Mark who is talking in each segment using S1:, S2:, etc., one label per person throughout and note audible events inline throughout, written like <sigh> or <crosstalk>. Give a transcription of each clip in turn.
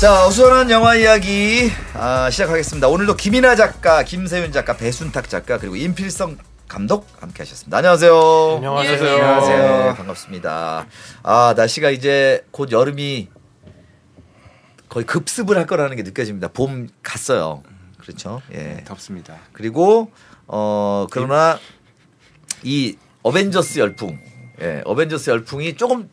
S1: 자, 우선한 영화 이야기 아, 시작하겠습니다. 오늘도 김이나 작가, 김세윤 작가, 배순탁 작가 그리고 임필성 감독 함께하셨습니다. 안녕하세요.
S2: 안녕하세요.
S1: 안녕하세요. 반갑습니다. 아, 날씨가 이제 곧 여름이 거의 급습을 할 거라는 게 느껴집니다. 봄 갔어요. 그렇죠. 예.
S2: 덥습니다.
S1: 그리고 어 그러나 이 어벤져스 열풍, 예, 어벤져스 열풍이 조금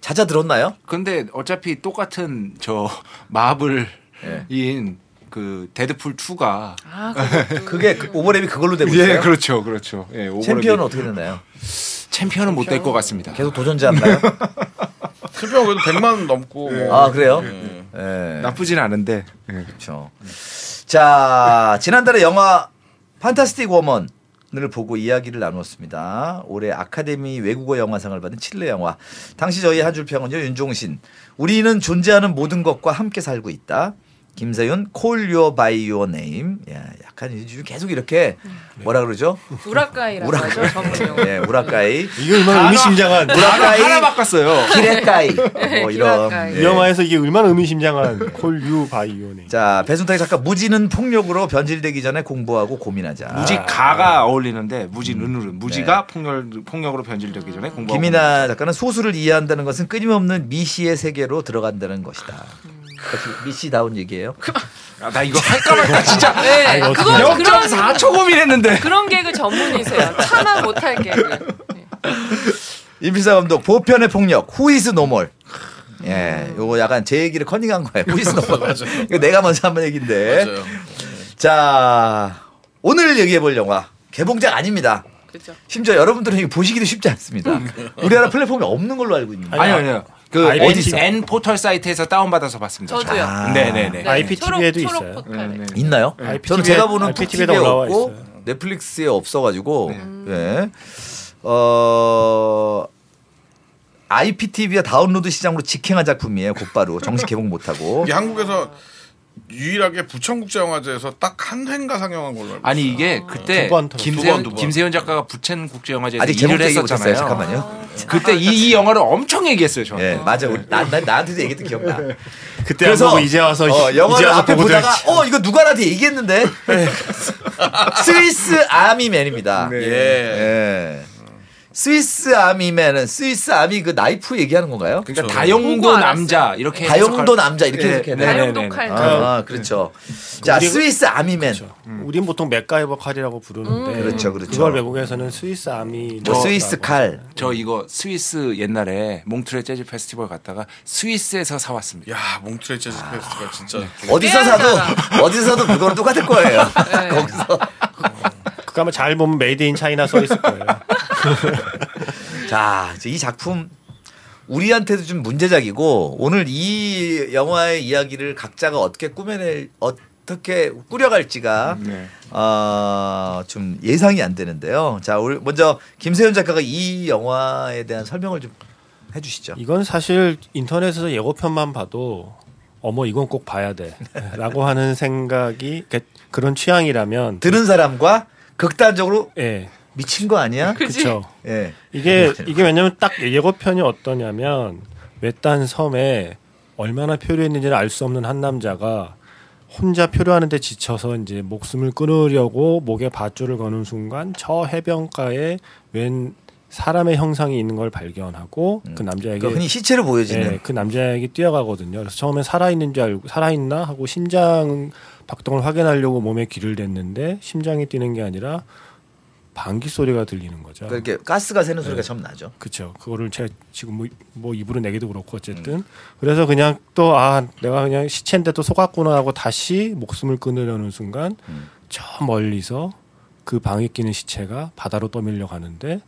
S1: 잦아들었나요?
S2: 근데 어차피 똑같은 저 마블인
S1: 예.
S2: 그 데드풀 2가
S1: 그게 그 오버랩이 그걸로 되고 있어요.
S2: 아, 예, 그렇죠. 그렇죠. 예, 오버랩이-
S1: 챔피언은 어떻게 되나요?
S2: 챔피언은 못 될 것 같습니다.
S1: 계속 도전자
S2: <laughs>
S1: 한가요?
S3: 챔피언 그래도 100만 넘고 뭐.
S1: 아 그래요?
S3: 예.
S1: 예.
S2: 나쁘진 않은데. 예.
S1: 그렇죠. 자 지난달에 영화 판타스틱 워먼을 보고 이야기를 나누었습니다. 올해 아카데미 외국어 영화상을 받은 칠레 영화. 당시 저희 한 줄 평은요 윤종신. 우리는 존재하는 모든 것과 함께 살고 있다. 김세윤 Call Your by Your Name. 예, 약간 요즘 계속 이렇게
S2: 네.
S1: 뭐라 그러죠?
S4: 우라카이라고
S1: 우라카이.
S4: 하죠 전문 용어.
S1: 예, 우라카이,
S5: 이거 얼마나
S1: <laughs>
S5: 의미심장한
S1: 우라카이,
S2: <laughs> 하나 바꿨어요.
S1: 기레카이,
S2: <laughs>
S1: 뭐 이런.
S4: 기레카이.
S1: 예.
S5: 이 영화에서 이게 얼마나 의미심장한 콜유 바이오네.
S1: 자 배순탁 작가 무지는 폭력으로 변질되기 전에 공부하고 고민하자.
S2: 무지 가가 어울리는데 무지 는으로 무지가 폭력 폭력으로 변질되기 전에 공부.
S1: 김이나 작가는 소수를 이해한다는 것은 끊임없는 미시의 세계로 들어간다는 것이다. 그러니까 미시다운 얘기예요.
S2: 아, 나 이거 <laughs> 할까 말까 진짜
S1: 아,
S4: 네, 그건 그런
S2: 0.4초 고민했는데.
S4: 그런 개그 전문이세요. 차마 못할 개그. 네.
S1: 임필사 감독 보편의 폭력 후이스 노멀. 예, 요거 약간 제 얘기를 커닝한 거예요. 후이스 노멀. 이거 내가 먼저 한 번 얘기인데.
S3: 맞아요.
S1: 자 오늘 얘기해 볼 영화 개봉작 아닙니다.
S4: 그죠.
S1: 심지어 여러분들은 이거 보시기도 쉽지 않습니다. 우리나라 플랫폼이 없는 걸로 알고 있는데.
S2: 아니요, 아니요. 그
S5: 아이디
S2: 어디
S5: 있어?
S2: N 포털 사이트에서 다운 받아서 봤습니다.
S4: 저도요.
S1: 아.
S2: 네, 네, 네.
S5: IPTV에도
S4: 초록,
S5: 있어요.
S4: 초록
S1: 음,
S4: 포탈에.
S2: 네, 네.
S1: 있나요?
S5: IPTV
S1: 저는 제가 보는
S5: IPTV 에
S1: 톡TV에
S5: 올라와
S1: 없고
S5: 있어요.
S1: 넷플릭스에 없어가지고 예. 어 IPTV와 다운로드 시장으로 직행한 작품이에요. 곧바로 정식 개봉 못하고
S5: <laughs>
S3: 이게 한국에서 유일하게 부천국제영화제에서 딱 한 회인가 상영한 걸로 알고
S2: 아니 이게 그때
S5: 두 번,
S3: 두 번,
S5: 두 번.
S2: 김세현
S3: 두 번.
S2: 김세현 작가가 부천국제영화제에서
S1: 아직
S2: 일을
S1: 제목 얘기
S2: 했었잖아요.
S1: 못했어요. 잠깐만요.
S2: 그때 이, 이 영화를 엄청 얘기했어요. 저는.
S1: 예, 맞아. 우리 나, 나 나한테도 얘기했던 기억나.
S5: 그때 안 보고 네. 이제 와서
S1: 어,
S5: 이제
S1: 영화를
S5: 와서 네.
S1: 앞에
S5: 보고
S1: 보다가
S5: 들었지.
S1: 어 이거 누가 나한테 얘기했는데 <laughs> 스위스 아미맨입니다.
S5: 네.
S3: 예.
S1: 예. 스위스 아미맨은 스위스 아미 그 나이프 얘기하는 건가요?
S2: 그러니까
S3: 그렇죠.
S4: 보고
S2: 다용도
S4: 알았어요.
S2: 남자 이렇게
S1: 다용도
S2: 예, 해석할-
S1: 남자 이렇게
S2: 예,
S1: 해석해야
S2: 네, 네,
S1: 되나요?
S2: 네.
S4: 다용도 칼.
S1: 아, 그렇죠. 자,
S5: 우리-
S1: 스위스 아미맨.
S5: 그렇죠. 음. 우린 보통 맥가이버 칼이라고 부르는데
S1: 그렇죠, 그렇죠.
S5: 걸 외국에서는 스위스 아미
S1: 뭐
S2: 어,
S1: 스위스 칼.
S2: 저 이거 스위스 옛날에 몽트레 재즈 페스티벌 갔다가 스위스에서
S1: 예.
S2: 사왔습니다.
S3: 야 몽트레 재즈 페스티벌 진짜
S2: 네,
S1: 어디서
S4: 깨알잖아.
S1: 사도 어디서도
S2: <laughs>
S1: 그거랑 똑같을 거예요.
S4: 네.
S1: 아, 거기서.
S5: 그거 아마 잘 보면 메이드 인 차이나 써 있을 거예요. <laughs>
S1: 자, 이제 이 작품 우리한테도 좀 문제작이고 오늘 이 영화의 이야기를 각자가 어떻게 꾸며낼 어떻게 꾸려갈지가 어, 좀 예상이 안 되는데요. 자, 오늘 먼저 김세현 작가가 이 영화에 대한 설명을 좀 해주시죠.
S5: 이건 사실 인터넷에서 예고편만 봐도 어머 이건 꼭 봐야 돼라고 하는 생각이 그- 그런 취향이라면
S1: 드는 사람과 극단적으로
S5: 예
S1: 미친 거 아니야?
S5: 그렇죠.
S1: 예.
S5: 이게 이게 왜냐면 딱 예고편이 어떠냐면 외딴 섬에 얼마나 표류했는지를 알 수 없는 한 남자가 혼자 표류하는데 지쳐서 이제 목숨을 끊으려고 목에 밧줄을 거는 순간 저 해변가에 웬 사람의 형상이 있는 걸 발견하고 그 남자에게
S1: 그 흔히 시체로 보여지는
S5: 예, 그 남자에게 뛰어가거든요. 그래서 처음에 살아있는 줄 알고 살아있나 하고 심장 박동을 확인하려고 몸에 귀를 댔는데 심장이 뛰는 게 아니라 방귀 소리가 들리는 거죠.
S1: 그러니까 이렇게 가스가 새는 소리가 처음 나죠.
S5: 그렇죠. 그거를 제가 지금 뭐, 뭐 입으로 내기도 그렇고 어쨌든
S1: 음.
S5: 그래서 그냥 또 아 내가 그냥 시체인데 또 속았구나 하고 다시 목숨을 끊으려는 순간
S1: 음.
S5: 저 멀리서 그 방에 끼는 시체가 바다로 떠밀려 가는데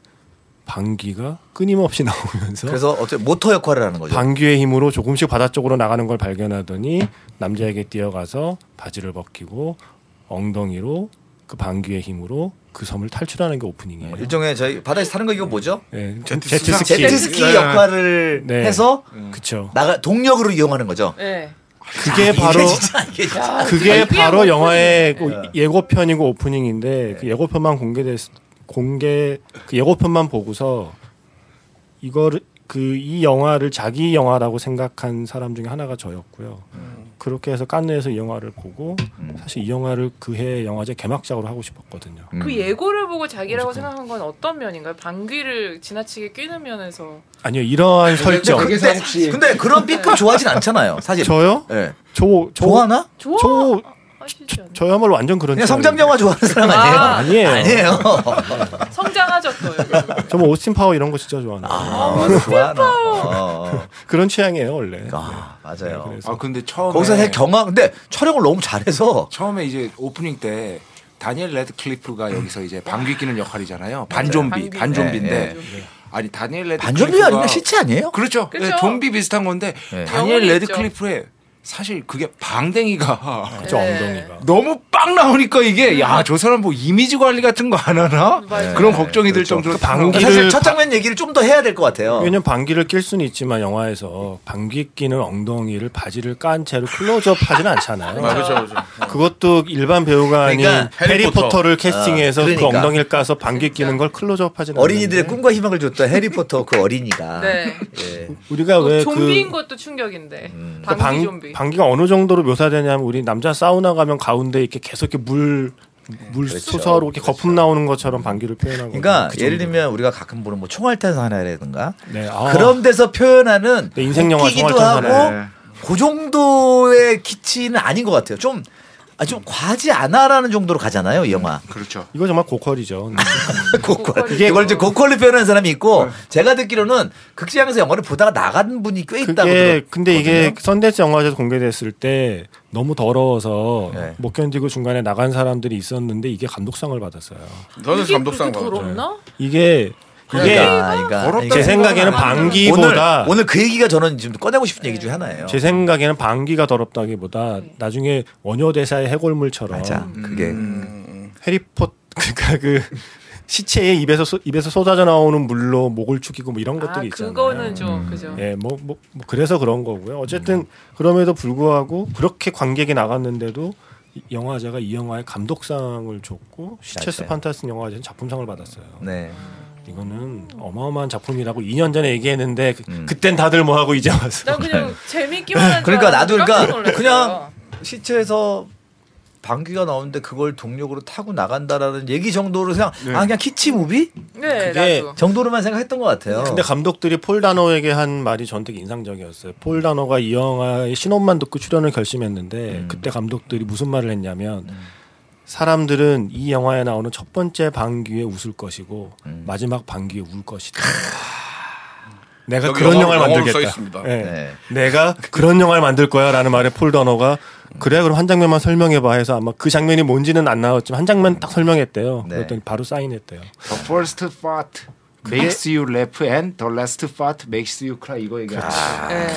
S5: 방귀가 끊임없이 <laughs> 나오면서
S1: 그래서 어째 모터 역할을 하는 거죠.
S5: 방귀의 힘으로 조금씩 바다 쪽으로 나가는 걸 발견하더니 남자에게 뛰어가서 바지를 벗기고 엉덩이로 그 방귀의 힘으로 그 섬을 탈출하는 게 오프닝이에요.
S1: 네, 일종의 저희 바다에서 타는 거 이거 뭐죠?
S5: 예,
S2: 수상-
S5: 제트스키.
S1: 제트스키
S3: 네.
S1: 역할을
S5: 네.
S1: 해서
S5: 그쵸.
S1: 나가 동력으로 이용하는 거죠.
S4: 네.
S5: 그게 바로
S1: 아, 이게 진짜 이게 진짜
S5: 그게
S4: 그게
S5: 바로
S4: 오프닝.
S1: 네.
S5: 영화의 그 예고편이고 오프닝인데 그 예고편만 공개됐 공개 그 예고편만 보고서
S1: 음.
S5: 이거를 그 이 영화를 자기 영화라고 생각한 사람 중에 하나가 저였고요. 그렇게 해서 깐느에서 이 영화를 보고 사실 이 영화를 그해 영화제 개막작으로 하고 싶었거든요.
S1: 음.
S4: 그 예고를 보고 자기라고 생각한 건 어떤 면인가요? 방귀를 지나치게 뀌는 면에서
S5: 아니요 이러한 설정
S6: 그게
S1: 근데,
S6: 혹시-
S1: 근데 그런 B급 좋아하진 않잖아요. 사실.
S5: 저요?
S1: 예.
S5: 저, 저,
S1: 좋아하나?
S4: 좋아
S5: 저,
S4: 하시지 않나요?
S5: 저야말로 완전 그런
S1: 그냥 성장
S5: 사람이에요.
S1: 영화 좋아하는 사람 아니에요?
S4: 아,
S5: 아니에요.
S1: 아니에요.
S4: 성장하죠 또.
S5: 저는 오스틴 파워 이런 거 진짜 좋아하는 요
S1: 아, 좋아하나. 어, 어.
S5: 그런 취향이에요 원래.
S1: 아, 맞아요.
S5: 네, 그래서. 네.
S2: 아 근데 처음에
S1: 거기서 사실 경화 근데 촬영을 너무 잘해서
S2: 처음에 이제 오프닝 때 다니엘 레드클리프가
S1: 음.
S2: 여기서 이제 방귀 뀌는 역할이잖아요. 반좀비,
S4: 방귀.
S2: 반좀비인데
S4: 네, 네.
S2: 아니 다니엘 레드클리프가
S1: 반전비 아니면 시체 아니에요?
S2: 그렇죠.
S4: 그쵸.
S2: 네, 좀비 비슷한 건데
S1: 네.
S2: 다니엘
S4: 영혼이
S2: 레드클리프의 사실 그게 방댕이가
S5: 그죠
S4: 네.
S5: 엉덩이가.
S2: 너무 빵 나오니까 이게 야 저 사람 뭐 이미지 관리 같은 거 안 하나
S4: 맞아요.
S2: 그런 걱정이 들
S1: 그렇죠.
S2: 정도로
S5: 그 방귀-
S1: 사실
S5: 방귀를
S1: 첫 장면 얘기를 좀 더 해야 될 것 같아요.
S5: 왜냐면 방귀를 낄 수는 있지만 영화에서 방귀 끼는 엉덩이를 바지를 깐 채로 클로즈업 하진 <laughs> 않잖아요.
S3: 아, 그렇죠, 그렇죠.
S5: 그것도 일반 배우가 아닌
S1: 그러니까
S3: 해리포터.
S5: 해리포터를 캐스팅해서
S1: 아, 그러니까.
S5: 그 엉덩이를 까서 방귀 끼는 걸 클로즈업 하진 않아요.
S1: 어린이들의 꿈과 희망을 줬던 해리포터 그 <laughs> 어린이가
S4: 네.
S1: 예.
S5: 우리가
S4: 또
S5: 네. 아, 왜그
S4: 좀비인 것도 충격인데.
S1: 음.
S4: 방귀 좀비.
S5: 방귀가 어느 정도로 묘사되냐면 우리 남자 사우나 가면 가운데 이렇게 계속 이렇게 물물 솟아오르고 이렇게 거품 나오는 것처럼 방귀를 표현하고
S1: 그렇죠. 그러니까 예를 들면 우리가 가끔 보는 뭐 총알탄 하나라든가
S5: 네, 아.
S1: 그런 데서 표현하는
S5: 네, 인생 영화
S1: 웃기기도
S5: 총알탄
S1: 하고
S5: 사나이.
S1: 그 정도의 키치는 아닌 것 같아요. 좀 아, 좀 과하지 않아라는 정도로 가잖아요, 이 영화. <laughs>
S2: 그렇죠.
S5: 이거 정말 고퀄이죠.
S1: 고퀄.
S4: 이게-
S1: 이게 걸 이제 고퀄로 표현하는 사람이
S5: 네.
S1: 있고 제가 듣기로는 극장에서 영화를 보다가 나간 분이 꽤 있다고
S5: 그게
S1: 들었거든요.
S5: 근데 이게 썬댄스 영화제에서 공개됐을 때 너무 더러워서
S1: 네.
S5: 못 견디고 중간에 나간 사람들이 있었는데 이게 감독상을 받았어요.
S3: 저는
S4: 이게
S3: 감독상
S4: 그렇게
S3: 받았죠.
S4: 더럽나?
S5: 이게 이게
S1: 그러니까, 그러니까,
S2: 더럽다는
S5: 제 생각에는
S4: 생각은 안
S1: 오늘
S5: 방귀보다
S1: 오늘 그 얘기가 저는 지금 꺼내고 싶은 얘기 중에 하나예요.
S5: 제 생각에는 방귀가 더럽다기보다 나중에 원효 대사의 해골물처럼
S1: 맞아. 그게
S3: 음,
S5: 해리포 <laughs> 그러니까 그 시체의 입에서 쏟- 입에서 쏟아져 나오는 물로 목을 축이고 뭐 이런
S4: 아
S5: 것들이 있잖아요.
S4: 그거는
S1: 음.
S4: 좀 그죠.
S5: 예, 뭐, 뭐, 뭐 그래서 그런 거고요. 어쨌든 그럼에도 불구하고 그렇게 관객이 나갔는데도 이 영화제가 이 영화의 감독상을 줬고 시체스
S1: 맞아요.
S5: 판타스 영화제는 작품상을 받았어요.
S1: 네.
S5: 이거는 어마어마한 작품이라고 2년 전에 얘기했는데 그,
S1: 음.
S5: 그땐 다들 뭐 하고 이제 와서
S4: 난 그냥 재밌기만 한
S1: <laughs> 그러니까 나도
S4: 깜짝
S1: 그러니까
S4: 놀랐어요.
S1: 그냥 시체에서 방귀가 나오는데 그걸 동력으로 타고 나간다라는 얘기 정도로 그냥 아 그냥 키치 무비
S4: 네
S5: 그게
S4: 나도
S1: 정도로만 생각했던 것 같아요.
S5: 음. 근데 감독들이 폴 다노에게 한 말이 저한테 인상적이었어요. 폴 다노가 이 영화의 신혼만 듣고 출연을 결심했는데
S1: 음.
S5: 그때 감독들이 무슨 말을 했냐면 사람들은 이 영화에 나오는 첫 번째 방귀에 웃을 것이고
S1: 음.
S5: 마지막 방귀에 울 것이다. 내가
S3: 여기
S5: 그런
S3: 영어-
S5: 영화를
S3: 영어로
S5: 만들겠다.
S3: 써 있습니다.
S5: 예.
S1: 네.
S5: 내가 그런 영화를 만들 거야라는 말에 폴 더너가 그래 그럼 한 장면만 설명해 봐 해서 아마 그 장면이 뭔지는 안 나왔지만 한 장면 딱 설명했대요.
S1: 네.
S5: 그랬더니 바로 사인했대요.
S2: The first fart makes you laugh and the last fart makes you cry 이거 얘기하는 거예요.
S1: 아.
S4: 네.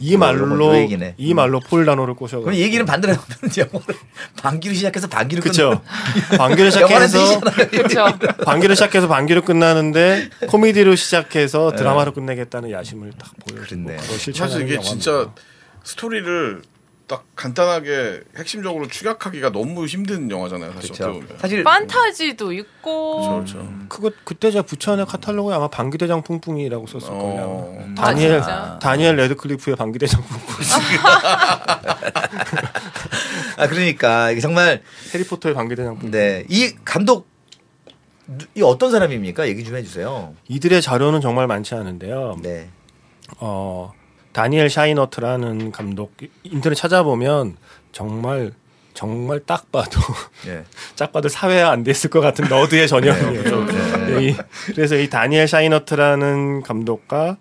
S5: 이 말로
S1: 그 얘기네.
S5: 이 말로 폴 다노를 꼬셔.
S1: 그럼 얘기는 반대로 하면 영어를 방귀로 시작해서 방귀로
S5: 그쵸.
S1: 끝나는
S5: 방귀를
S1: 영화는
S5: <laughs> 시작해서
S1: 뜻이잖아요.
S4: 그렇죠.
S5: 방귀를 시작해서 방귀로 끝나는데 코미디로
S1: 네.
S5: 시작해서 드라마로 끝내겠다는 야심을 딱 보여주고
S1: 그렇네.
S5: 뭐 그걸 실천하는
S3: 사실 이게
S5: 영화입니다.
S3: 진짜 스토리를 딱 간단하게 핵심적으로 추격하기가 너무 힘든 영화잖아요. 사실 어떻게
S1: 그렇죠.
S3: 보면.
S1: 사실
S4: 판타지도 있고
S3: 그렇죠. 그렇죠.
S5: 음. 그거 그때 제가 부천의 카탈로그에 아마 방귀대장 뿡뿡이라고 썼을 거예요.
S1: 음.
S3: 어.
S5: 다니엘
S4: 아, 진짜?
S5: 다니엘 레드클리프의 방귀대장 뿡뿡,
S1: 아 그러니까 이게 정말
S5: <laughs> 해리포터의 방귀대장 뿡뿡.
S1: 네 이 감독 이 어떤 사람입니까? 얘기 좀 해주세요.
S5: 이들의 자료는 정말 많지 않은데요.
S1: 네.
S5: 어, 다니엘 샤이너트라는 감독 인터넷 찾아보면 정말 정말 딱 봐도
S1: 예.
S5: 짝 봐도 사회화 안 됐을 것 같은
S1: <laughs>
S5: 너드의 전형이에요. 네, 이- 그래서 이 다니엘 샤이너트라는 감독과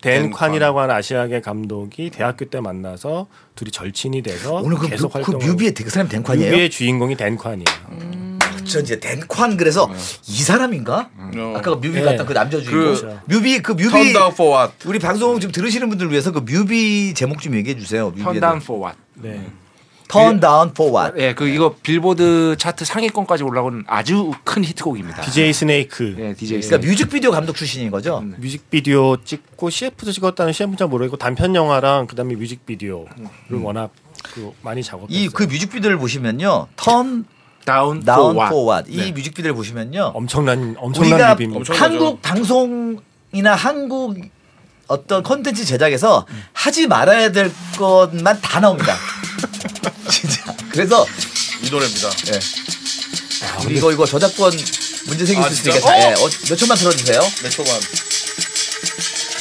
S5: 댄
S3: 댄
S5: 칸이라고 하는 아시아계 감독이 대학교 때 만나서 둘이 절친이 돼서
S1: 오늘 그,
S5: 어? 계속
S1: 뮤- 그
S5: 활동을
S1: 뮤비에 되게 사람이 덴ኳ이에요. 그 음.
S5: 뮤비의 주인공이 댄 칸이에요.
S1: 전 이제 댄콴 그래서 이 사람인가?
S3: 어.
S1: 아까 그 뮤비
S5: 네.
S1: 갔던 그 남자 주인공.
S3: 그
S1: 뮤비 그 뮤비
S3: 턴다운 포왓.
S1: 우리 방송 지금 들으시는 분들 을 위해서 그 뮤비 제목 좀 얘기해 주세요.
S2: Turn down for what?
S5: 네.
S1: 턴 다운 포 왓.
S2: 예, 그 이거 빌보드 차트 상위권까지 올라온 아주 큰 히트곡입니다.
S1: 아.
S5: DJ 스네이크
S2: 예, DJ.
S1: 그러니까 뮤직비디오 감독 출신인 거죠.
S5: 음. 뮤직비디오 찍고 CF도 찍었다는 CF는 잘 모르겠고 단편 영화랑 그다음에 뮤직비디오를 워낙 그 많이 작업했어요.
S1: 음. 이 그 뮤직비디오를 보시면요. 턴
S2: 다운
S1: 다운
S2: 포
S1: 포 왓.
S2: 왓.
S1: 이 뮤직비디오를 보시면요.
S5: 엄청난 엄청난
S1: 우리가
S5: 뮤비입니다.
S3: 엄청- 엄청나죠.
S1: 한국 방송이나 한국 어떤 컨텐츠 제작에서 하지 말아야 될 것만 다 나옵니다. <laughs> 진짜. 그래서
S3: 이 노래입니다.
S1: 예. 아, 우리 이거 이거 저작권 문제 생길
S3: 아,
S1: 수
S3: 진짜?
S1: 있으니까 다, 예. 어, 몇 초만 들어주세요.
S3: 몇 초간.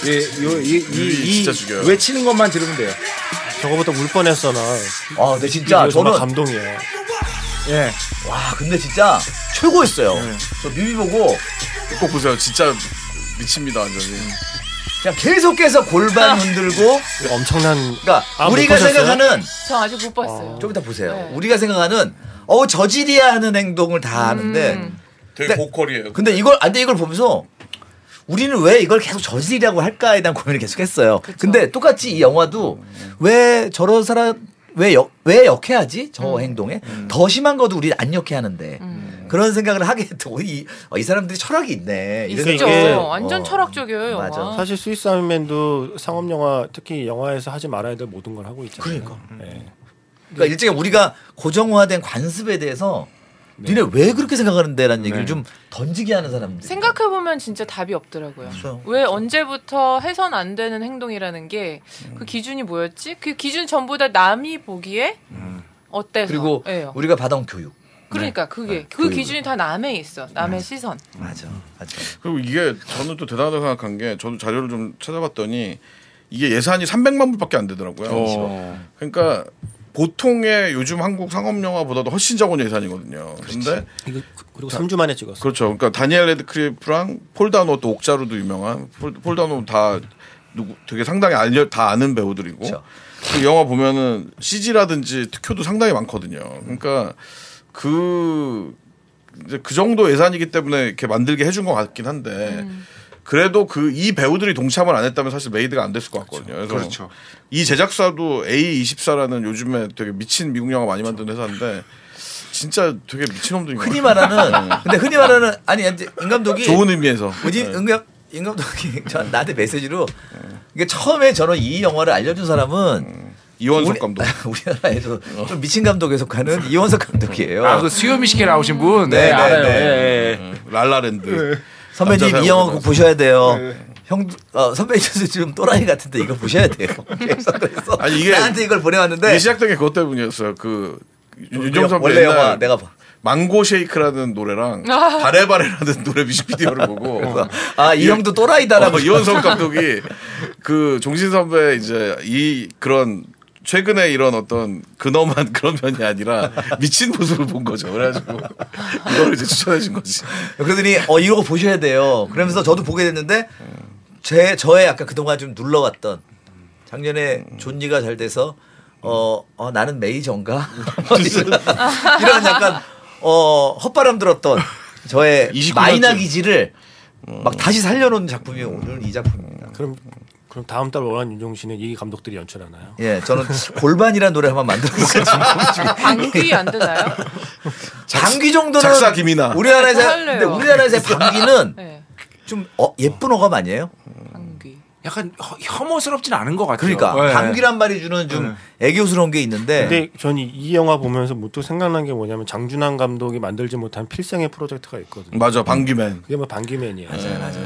S3: 이
S2: 예, 이이
S3: 진짜 죽여요.
S2: 외치는 것만 들으면 돼요.
S5: 저거보다 울 뻔했어 나.
S1: 아, 근데 진짜
S5: 이거
S1: 저는
S5: 정말 네, 감동이에요.
S2: 예.
S1: 와, 근데 진짜 최고였어요. 저 뮤비 보고
S3: 꼭 보세요. 진짜 미칩니다 완전히.
S1: 그냥 계속해서 골반 흔들고
S5: 이거 엄청난
S1: 그러니까
S5: 아, 못
S1: 우리가
S5: 보셨어요?
S1: 생각하는
S4: 저 아직 못 봤어요.
S1: 좀 이따 보세요.
S4: 네.
S1: 우리가 생각하는 어우 저질이야 하는 행동을 다 하는데 네.
S3: 되게 고퀄이에요.
S1: 근데 이걸 안돼 이걸 보면서 우리는 왜 이걸 계속 저질이라고 할까에 대한 고민을 계속했어요. 근데 똑같이 이 영화도 왜 저런 사람 왜, 역, 왜 역해하지? 저 행동에 더 심한 것도 우리 안 역해하는데 그런 생각을 하게 <laughs> 했고 이, 어, 이 사람들이 철학이 있네. 이런
S5: 그러니까
S4: 진짜
S1: 생각이
S5: 이게-
S1: 들어요.
S4: 완전
S1: 어.
S4: 철학적이에요 어. 영화.
S1: 맞아.
S5: 사실 스위스 아미맨도 상업 영화 특히 영화에서 하지 말아야 될 모든 걸 하고 있잖아요. 그러니까.
S1: 그러니까 일종의 우리가 고정화된 관습에 대해서 니네 네. 왜 그렇게 생각하는데라는 얘기를 좀 던지게 하는 사람들.
S4: 생각해 보면 진짜 답이 없더라고요.
S1: 없어요.
S4: 왜 언제부터 해선 안 되는 행동이라는 게 그
S1: 음.
S4: 기준이 뭐였지? 그 기준 전부 다 남이 보기에 어때서?
S1: 음. 그리고 뭐, 네.
S4: 예요.
S1: 우리가 받아온 교육.
S4: 그러니까 그게 그 기준이 다 남에 있어. 남의
S1: 네.
S4: 시선.
S1: 맞아, 맞아.
S3: 그리고 이게 저는 또 대단하다고 생각한 게 저도 자료를 좀 찾아봤더니 이게 예산이 300만 불밖에 안 되더라고요.
S2: 어.
S3: 그러니까 보통의 요즘 한국 상업 영화보다도 훨씬 작은 예산이거든요. 근데
S5: 이거 그- 그리고 3주 만에 찍었어.
S3: 그렇죠. 그러니까 다니엘 레드크리프랑 폴 다노 또 옥자루도 유명한 폴, 폴 다노 다 누구 되게 상당히 알려 다 아는 배우들이고
S1: 그렇죠.
S3: 그 영화 보면은 CG라든지 특효도 상당히 많거든요. 그러니까 그 이제 그 정도 예산이기 때문에 이렇게 만들게 해준 것 같긴 한데
S1: 음.
S3: 그래도 그 이 배우들이 동참을 안 했다면 사실 메이드가 안 됐을 것 같거든요. 그래서
S2: 그렇죠.
S3: 이 제작사도 A24라는 요즘에 되게 미친 미국 영화 많이 만드는 회사인데 진짜 되게 미친놈들인 것
S1: 흔히
S3: 같아요.
S1: 말하는 근데 흔히 말하는 아니 이제 임 감독이
S3: 좋은 의미에서.
S1: 뭐지? 임 감- 임 감독이 <laughs> 저 나한테 메시지로 이게 처음에 저는 이 영화를 알려준 사람은
S3: 음. 이원석
S1: <laughs>
S3: 감독. 어.
S1: 우리, 나라에서좀 미친 감독에 속하는 이원석 감독이에요.
S2: 아, 그 수요미 씨께 나오신 분. 네,
S1: 네, 네,
S2: 알아요.
S1: 네.
S2: 예, 예.
S3: 네. 랄라랜드.
S1: 선배님
S3: 남자 네.
S1: 이 영화
S3: 사용자라서.
S1: 꼭 보셔야 돼요. 형, 어, 선배님 지금 또라이 같은데 이거 보셔야 돼요. <laughs> 그래서 그래서
S3: 아니, 이게-
S1: 나한테 이걸 보내왔는데
S3: 이게 시작된 게 그것 때문이었어요. 그 윤정 선배
S1: 네. 원래
S3: 옛날
S1: 영화 내가 봐.
S3: 망고 쉐이크라는 노래랑 바레바레라는 노래 뮤직비디오를 보고
S1: 아 이 형도 또라이다라고
S3: 어, 이원석 감독이 그 종신 선배 이제 이 그런 최근에 이런 어떤 근엄한 <laughs> 그런 면이 아니라 미친 모습을 본 거죠. 그래가지고 이걸 이제 추천해 준 거지.
S1: 그러더니 어 이거 보셔야 돼요. 그러면서 저도 보게 됐는데 제 저의 약간 그동안 좀 눌러왔던 작년에 존니가 잘 돼서 어, 어, 나는 메이저인가 <laughs> 이런 약간 어 헛바람 들었던 저의
S3: 29년째. 음.
S1: 마이너 기질을 막 다시 살려놓은 작품이 오늘 이 작품입니다.
S5: 그럼 그럼 다음 달 월간 윤종신은 이 감독들이 연출하나요?
S1: 예, 저는 골반이라는 노래 한번 만들었어요.
S3: <laughs>
S4: 방귀 안
S1: <laughs>
S4: 되나요?
S1: 방귀 정도는
S3: 작사 김이나.
S1: 우리나라에서
S4: 할래요.
S1: 근데 우리나라에서 방귀는
S4: 네.
S1: 좀 어, 예쁜 어감 아니에요?
S4: 방귀.
S2: 약간 허- 혐오스럽진 않은 것 같아요.
S1: 그러니까
S2: 예.
S1: 방귀란 말이 주는 좀 애교스러운 게 있는데
S5: 예. 근데 저는 이 영화 보면서 무척 생각난 게 뭐냐면 장준환 감독이 만들지 못한 필생의 프로젝트가 있거든요.
S3: 맞아, 방귀맨.
S5: 그게 뭐 방귀맨이에요.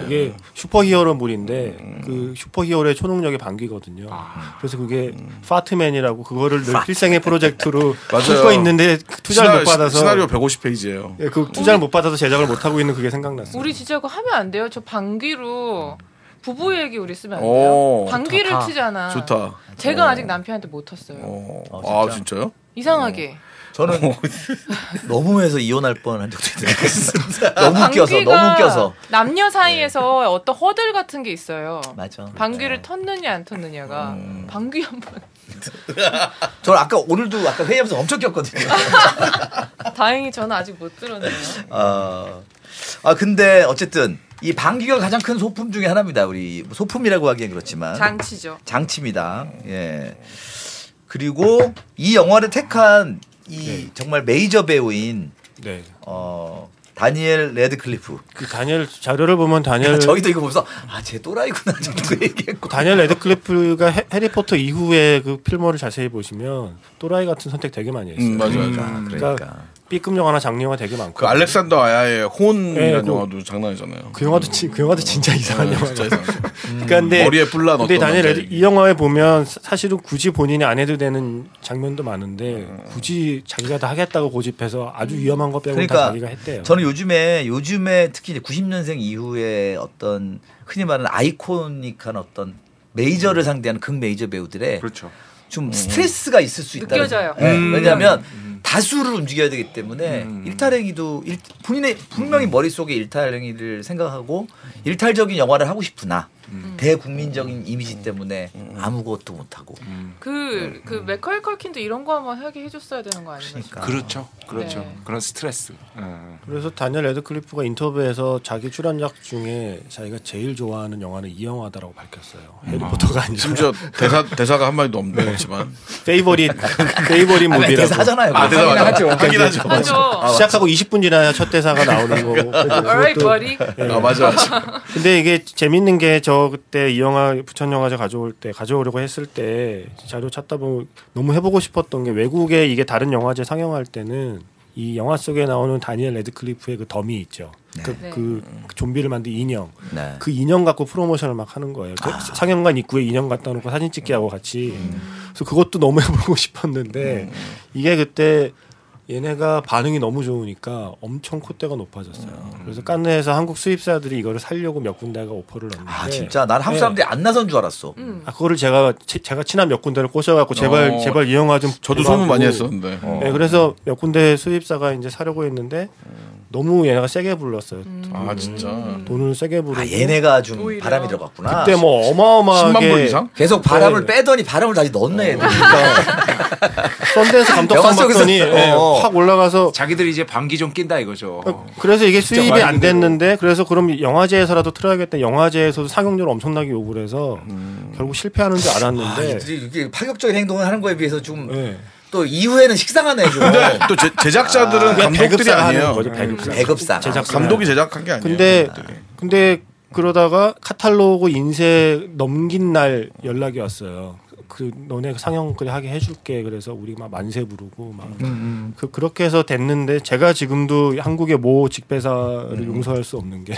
S5: 그게 슈퍼히어로물인데 그 슈퍼히어로의 초능력이 방귀거든요.
S3: 아.
S5: 그래서 그게 파트맨이라고 그거를 늘 필생의 프로젝트로
S3: <laughs> 맞아요.
S5: 쓰고 있는데 투자를 못
S3: 시나-
S5: 받아서
S3: 시나리오 150페이지예요.
S5: 예, 그 투자를 못 받아서 제작을 못 하고 있는 그게 생각났어요.
S4: 우리 진짜 그거 하면 안 돼요. 저 방귀로 부부 얘기 우리 쓰면 안
S3: 오,
S1: 어,
S4: 돼요. 네. 방귀를
S2: 좋다.
S4: 트잖아.
S3: 좋다.
S4: 제가 아직 남편한테 못 탔어요.
S3: 어,
S1: 어,
S3: 아 진짜요?
S4: 이상하게.
S1: 저는
S5: 뭐
S1: <laughs> 너무 해서 이혼할 뻔한 적도 있어요. <laughs> 너무
S4: 방귀가
S1: 껴서 너무 껴서 네.
S4: 남녀 사이에서 어떤 허들 같은 게 있어요.
S1: 맞아.
S4: 방귀를
S1: 네.
S4: 텄느냐 안 텄느냐가
S1: 음.
S4: 방귀 한번 <laughs>
S1: 저는 아까 오늘도 아까 회의하면서 엄청 꼈거든요.
S4: 다행히 저는 아직 못 들었네요.
S1: 어, 아 근데 어쨌든 이 방귀가 가장 큰 소품 중에 하나입니다. 우리 뭐 소품이라고 하기엔 그렇지만
S4: 장치죠.
S1: 치입니다 예. 그리고 이 영화를 택한 이 정말 메이저 배우인
S5: 네.
S1: 어 다니엘 레드클리프.
S5: 그 다니엘 자료를 보면 다니엘
S1: 그러니까
S5: 그
S1: 저희도 이거 보면서 아쟤 또라이구나 저도 얘기했고.
S5: 다니엘 레드클리프가 해- 해리포터 이후에 그 필모를 자세히 보시면 또라이 같은 선택 되게 많이 했어요.
S3: 음, 맞아요.
S1: 그러니까.
S5: 그러니까 B급 영화나 장르 영화 되게 많고.
S3: 그 알렉산더 아야의
S5: 네,
S3: 혼이라는
S5: 그-
S3: 영화도 장난이잖아요. 어,
S5: 그 영화도 진- 그 영화도
S3: 음.
S5: 진짜 이상한 영화예요.
S3: 진짜 이상해.
S5: 그러니까 근데
S3: 머리에 뿔난
S5: 근데
S3: 어떤
S5: 다니엘
S3: 남자
S5: 레드-
S3: 얘기.
S5: 이 영화에 보면 사- 사실은 굳이 본인이 안 해도 되는 장면도 많은데 굳이 자기가 다 하겠다고 고집해서 아주 위험한 거 빼고 다
S1: 그러니까
S5: 자기가 했대요.
S1: 저는 요즘에 요즘에 특히 이제 90년생 이후에 어떤 흔히 말하는 아이코닉한 어떤 메이저를 상대하는 극 메이저 배우들의
S2: 그렇죠.
S1: 좀 스트레스가 있을 수 있다.
S4: 느껴져요.
S1: 왜냐하면 다수를 움직여야 되기 때문에 일탈행위도 일- 본인의 분명히 머릿속에 일탈행위를 생각하고 일탈적인 영화를 하고 싶으나 대국민적인 이미지 때문에 아무것도 못하고
S4: 그,
S1: 음.
S4: 그, 맥컬 컬킨도 이런 거 한번 하게 해줬어야 되는 거 아닌가.
S1: 그러니까
S2: 그렇죠. 그렇죠.
S4: 네.
S2: 그런 스트레스. 음.
S5: 그래서 다니엘 레드클리프가 인터뷰에서 자기 출연작 중에 자기가 제일 좋아하는 영화는 이 영화다라고 밝혔어요. 해리포터가 아니라
S3: 심지어 대사 대사가 한 마디도 없는
S5: 네.
S3: 거지만
S5: 페이버릿 페이버릿
S1: 아니, 네,
S5: 무비라고
S1: 대사하잖아요.
S3: 아 대사 맞아.
S2: 하죠.
S3: 하긴 하죠.
S1: 그러니까.
S4: 하죠.
S5: 시작하고 20분 지나야 첫 대사가 나오는 거고
S4: Alright,
S5: 그것도-
S4: buddy.
S1: <laughs>
S5: 네.
S3: 아 맞아. 맞아.
S5: 근데 이게 재밌는 게 저 그때 이 영화 부천 영화제 가져올 때 가져오려고 했을 때 자료 찾다 보면 너무 해보고 싶었던 게 외국에 이게 다른 영화제 상영할 때는 이 영화 속에 나오는 다니엘 레드클리프의 그 더미 있죠. 그,
S4: 네.
S5: 그 좀비를 만든 인형.
S1: 네.
S5: 그 인형 갖고 프로모션을 막 하는 거예요. 그
S3: 아.
S5: 상영관 입구에 인형 갖다 놓고 사진 찍기 하고 같이. 그래서 그것도 너무 <laughs> 해보고 싶었는데
S3: 음.
S5: 이게 그때 얘네가 반응이 너무 좋으니까 엄청 콧대가 높아졌어요.
S3: 음.
S5: 그래서 깐느에서 한국 수입사들이 이거를 살려고 몇 군데가 오퍼를 넣는데
S1: 아 진짜 난
S5: 네.
S1: 한국 사람들이 안 나선 줄 알았어.
S4: 음.
S5: 아, 그거를 제가 제, 가 친한 몇 군데를 꼬셔갖고 제발
S3: 어.
S5: 제발 이 영화 좀
S3: 저도
S5: 보라고.
S3: 소문 많이 했었는데. 어.
S5: 네, 그래서 몇 군데 수입사가 이제 사려고 했는데 너무 얘네가 세게 불렀어요.
S3: 아 진짜.
S5: 돈을 세게 부르고
S1: 아 얘네가 좀
S4: 오히려.
S1: 바람이 들어갔구나.
S5: 그때 뭐 네.
S3: 10만 불
S5: 어마어마하게
S3: 이상?
S1: 계속 바람을 빼더니 바람을 다시
S5: 어.
S1: 넣네 애들.
S5: 썬데스
S1: 영화
S5: 감독상
S1: 속에서-
S5: 받더니 예,
S1: 어.
S5: 확 올라가서
S2: 자기들이 이제 방귀 좀 낀다 이거죠.
S5: 그래서 이게 수입이
S2: 많이
S5: 안 됐는데 그래서 그럼 영화제에서라도 틀어야겠다. 영화제에서도 상영료를 엄청나게 요구를 해서 결국 실패하는 줄
S1: 아,
S5: 알았는데
S1: 이들이 이게 파격적인 행동을 하는 거에 비해서 좀 또
S5: 예.
S1: 이후에는 식상하네 좀.
S3: 근데 또 제, 제작자들은
S5: 어. 그냥
S3: 감독들이
S5: 배급사가 아, 하는
S3: 아니에요.
S5: 거죠. 배급사.
S1: 배급사.
S5: 제작사.
S3: 감독이 제작한 게 아니에요.
S5: 근데
S3: 감독들이.
S5: 근데 그러다가 카탈로그 인쇄 넘긴 날 연락이 왔어요. 그 너네 상영 그래 하게 해줄게. 그래서 우리 막 만세 부르고 막 그, 그렇게 해서 됐는데 제가 지금도 한국의 모 직배사를 용서할 수 없는 게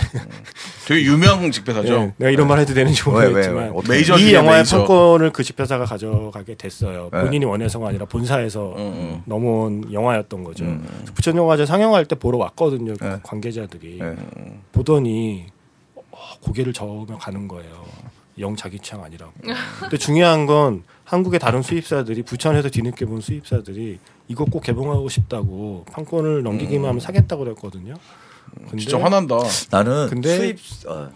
S3: 되게 유명 직배사죠.
S5: 예, 내가 이런 말 해도 되는지
S1: 왜, 왜,
S5: 모르겠지만
S1: 왜? 어떻게-
S3: 메이저
S5: 이
S3: 중에
S5: 영화의
S3: 메이저.
S5: 판권을 그 집회사가 가져가게 됐어요.
S1: 네.
S5: 본인이 원해서가 아니라 본사에서
S3: 어.
S5: 넘어온 영화였던 거죠. 부천 영화제 상영할 때 보러 왔거든요. 그 관계자들이
S1: 네.
S5: 보더니 어, 고개를 저으며 가는 거예요. 영 자기 취향 아니라고. 근데 중요한 건 한국의 다른 수입사들이 부천에서 뒤늦게 본 수입사들이 이거 꼭 개봉하고 싶다고 판권을 넘기기만 하면 사겠다고 그랬거든요. 근데
S3: 진짜 화난다.
S1: 나는
S5: 근데-
S1: 수입 어,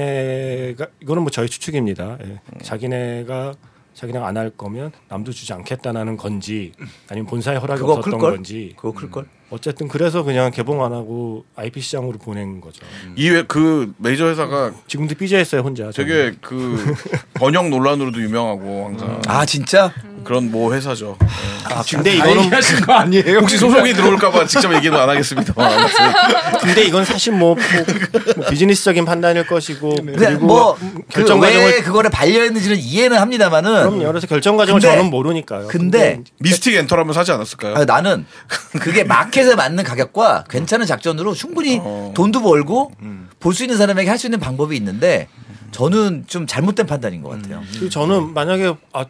S5: 자기네가 이거는 뭐 저희 추측입니다. 예. 자기네가 자기네가 안 할 거면 남도 주지 않겠다는 건지 아니면 본사의 허락이
S1: 그거
S5: 없었던
S1: 클 걸?
S5: 건지 음.
S1: 그거 클 걸?
S5: 어쨌든 그래서 그냥 개봉 안 하고 IP 시장으로 보낸 거죠.
S3: 이외 그 메이저 회사가
S5: 지금도 삐져있어요 혼자. 저는.
S3: 되게
S5: <laughs>
S3: 그 번역 논란으로도 유명하고 항상
S1: 아 진짜?
S3: 그런 모 회사죠.
S5: 아, 근데
S3: 그
S5: 이거는
S2: 얘기하신 거
S1: 예,
S2: 아니에요?
S3: 혹시 소송이 들어올까봐 직접 얘기는 안 하겠습니다.
S5: 근데 이건 사실 뭐, 뭐- 뭐 비즈니스적인 판단일 것이고
S1: 근데
S5: 그리고
S1: 뭐
S5: 결정
S1: 그 왜
S5: 과정을
S1: 그거를 반려했는지는 이해는
S5: 그럼
S1: 합니다만은.
S5: 여러서 결정 과정을
S1: 근데-
S5: 저는 모르니까요.
S1: 근데
S3: 미스틱 엔터라면 사지 않았을까요?
S5: 그러니까.
S1: 아, 나는 그게 마켓에 맞는 가격과 괜찮은 작전으로 충분히
S5: 어.
S1: 돈도 벌고
S5: 음.
S1: 볼 수 있는 사람에게 할 수 있는 방법이 있는데 저는 좀 잘못된 판단인 것 같아요.
S5: 그 저는 만약에 아,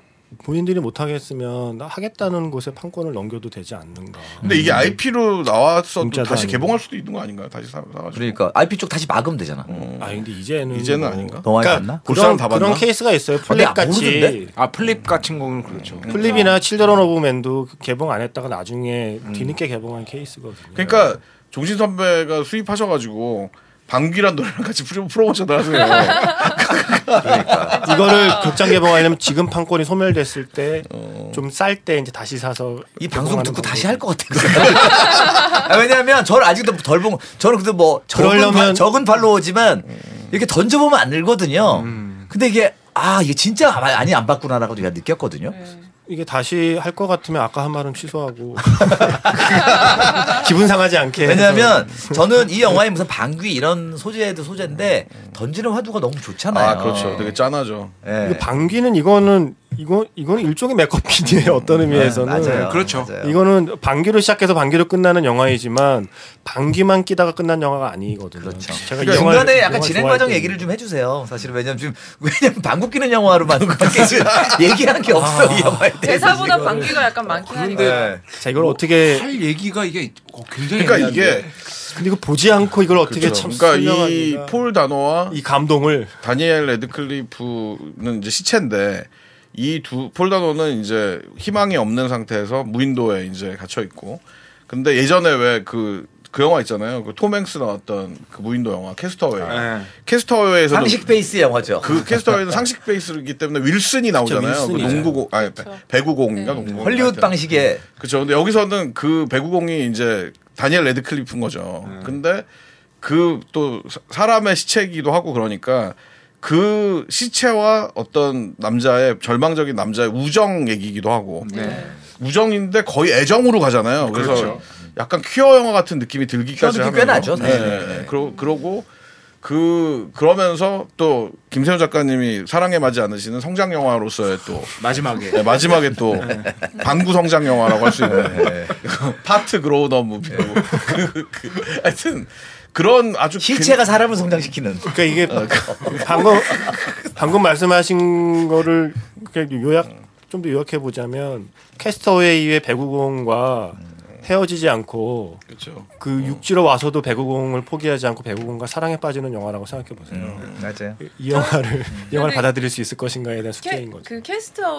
S5: 본인들이 못 하겠으면 나 하겠다는 곳에 판권을 넘겨도 되지 않는가.
S3: 근데 이게 IP로 나왔어도
S5: 진짜도
S3: 다시
S5: 아니고.
S3: 개봉할 수도 있는 거 아닌가요? 다시 사, 사가지고.
S1: 그러니까 IP 쪽 다시 막으면 되잖아.
S5: 아 근데 이제는
S3: 이제는
S5: 뭐-
S3: 아닌가?
S1: 동아리
S5: 그러니까
S1: 봤나?
S3: 볼
S5: 그런,
S3: 사람 다 봤나?
S5: 그런 케이스가 있어요.
S1: 근데
S5: 플립 같이
S1: 모르던데?
S2: 아 플립 같은 경우는 그렇죠.
S1: 음.
S5: 네.
S1: 어.
S5: 플립이나 칠드런 오브맨도 개봉 안 했다가 나중에
S1: 음.
S5: 뒤늦게 개봉한 케이스거든요.
S3: 그러니까 종신 선배가 수입하셔가지고 방귀란 노래랑 같이 프로- 프로모션을
S5: <laughs>
S3: 하세요.
S5: 이거를 극장 개봉하려면 지금 판권이 소멸됐을 때 좀 쌀 때 이제 다시 사서
S1: 어. 이 방송
S5: 개봉하는
S1: 듣고
S5: 방법이-
S1: 다시 할 것 같아요. <laughs> 아, 왜냐하면 저를 아직도 덜 본, 저는 근데 뭐 적은,
S5: 그러려면- 음.
S1: 파- 적은 팔로워지만 이렇게 던져보면 안 늘거든요. 근데 이게 아, 이게 진짜 아마- 아니 안 봤구나라고 제가 느꼈거든요.
S5: 이게 다시 할 것 같으면 아까 한
S1: <laughs>
S5: 말은 취소하고 기분 상하지 않게 해서.
S1: 왜냐하면
S5: 음.
S1: 저는 이 영화에 무슨 방귀 이런 소재도 소재인데 던지는 화두가 너무 좋잖아요.
S5: 그렇죠.
S3: 아 그렇죠. 되게 짠하죠.
S1: 예.
S5: 근데 방귀는 이거는 이건 이건 일종의 메커 피디의 어떤 의미에서는
S1: 네, 맞아요.
S2: 그렇죠.
S1: 맞아요.
S5: 이거는 반기로 시작해서 반기로 끝나는 영화이지만 반기만 끼다가 끝난 영화가 아니거든요.
S1: 그렇죠.
S5: 제가 이 영화를-
S1: 중간에 약간
S5: 영화
S1: 진행
S5: 좋아할
S1: 과정
S5: 때
S1: 얘기를 좀 해주세요. 사실 왜냐면 지금 <laughs> 왜냐면 방귀 뀌는 영화로만 그렇게 지금 <laughs> 얘기하는 게
S5: 아.
S1: 없어 이 영화에 대해서.
S4: 대사보다 반기가 약간 많긴 하니까.
S1: 네.
S5: 자 이걸 어떻게
S2: 할 얘기가 이게 어, 굉장히
S3: 그러니까
S2: 애매한데.
S3: 이게
S5: 근데 이거 보지 않고 이걸 어떻게
S3: 그렇죠.
S5: 음. 참
S3: 그러니까 이
S5: 설명하기가-
S3: 폴 단어와
S5: 이 감동을
S3: 다니엘 레드클리프는 이제 시체인데 이 두 폴다노는 이제 희망이 없는 상태에서 무인도에 이제 갇혀 있고 근데 예전에 왜 그 그 영화 있잖아요 그톰 행스 나왔던 그 무인도 영화 캐스터웨이
S2: 네.
S3: 캐스터웨이에서도
S1: 상식 베이스 영화죠.
S3: 그 캐스터웨이는 상식 베이스이기 때문에 윌슨이 나오잖아요 그
S5: 윌슨이죠.
S3: 농구공 아니 배구공인가
S1: 네.
S3: 농구공
S1: 헐리우드
S3: 하여튼.
S1: 방식의
S5: 음.
S3: 그렇죠. 근데 여기서는 그 배구공이 이제 다니엘 레드클리프인 거죠.
S2: 네.
S3: 근데 그 또 사람의 시체이기도 하고 그러니까 그 시체와 어떤 남자의 절망적인 남자의 우정 얘기이기도 하고
S2: 네.
S3: 우정인데 거의 애정으로 가잖아요. 그래서
S2: 그렇죠.
S3: 약간 퀴어 영화 같은 느낌이 들기까지
S1: 퀴어
S3: 하면서
S1: 느낌 꽤 나죠,
S3: 네.
S1: 사실.
S3: 네. 그러, 그러고 그 그러면서 또 김세훈 작가님이 사랑에 맞지 않으시는 성장 영화로서의 또
S2: 마지막에
S3: 네, 마지막에 또 반구 성장 영화라고 할 수 있는
S1: 네.
S3: 파트 그로우 더 무비. 그, 그, 하여튼 그런 아주
S1: 실체가 사람을 성장시키는.
S4: 어,
S5: 그러니까 이게
S1: 어,
S5: 방금 방금 말씀하신 거를 그냥 요약 좀 더 요약해 보자면 캐스터웨이의 배구공과 헤어지지 않고
S3: 그, 그렇죠.
S5: 그 육지로 와서도 배구공을 포기하지 않고 배구공과 사랑에 빠지는 영화라고 생각해 보세요.
S1: 음, 맞아요.
S5: 이 영화를 이
S4: 근데
S5: 영화를 받아들일 수 있을 것인가에 대한 숙제인
S4: 캐,
S5: 거죠.
S4: 그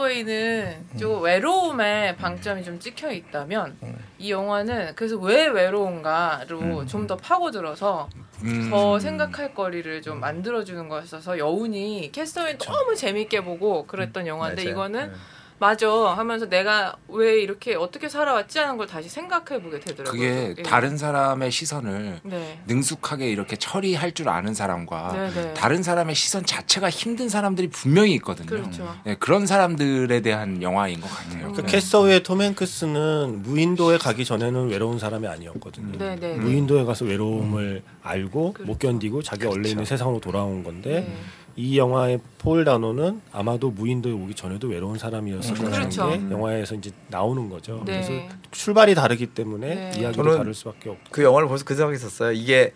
S4: 캐스트어웨이는 좀 외로움에 방점이 좀 찍혀 있다면 이 영화는 그래서 왜 외로운가로 좀 더 파고들어서
S2: 음.
S4: 더 생각할 거리를 좀 만들어주는 거였어서 여운이 캐스터웨이 너무 재밌게 보고 그랬던 영화인데
S1: 맞아요. 예.
S4: 이거는 맞아 하면서 내가 왜 이렇게 어떻게 살아왔지 하는 걸 다시 생각해 보게 되더라고요.
S2: 그게
S4: 예.
S2: 다른 사람의 시선을
S4: 네.
S2: 능숙하게 이렇게 처리할 줄 아는 사람과
S4: 네네.
S2: 다른 사람의 시선 자체가 힘든 사람들이 분명히 있거든요.
S4: 그렇죠. 음.
S2: 네, 그런 사람들에 대한 영화인 것 같아요. 네.
S4: 네.
S5: 그러니까 캐스터웨이 톰 행크스는 무인도에 가기 전에는 외로운 사람이 아니었거든요.
S4: 네, 음. 네, 네.
S5: 무인도에 가서 외로움을 알고 못 견디고 자기 원래 있는 세상으로 돌아온 건데
S4: 그렇죠. 네.
S5: 이 영화의 폴 다노는 아마도 무인도에 오기 전에도 외로운 사람이었을 거라는
S4: 그렇죠.
S5: 게 영화에서 이제 나오는 거죠.
S4: 네.
S5: 그래서 출발이 다르기 때문에
S4: 네.
S5: 이야기도
S1: 저는
S5: 다를 수밖에 없고.
S1: 그 영화를 벌써 그 생각이 있었어요. 이게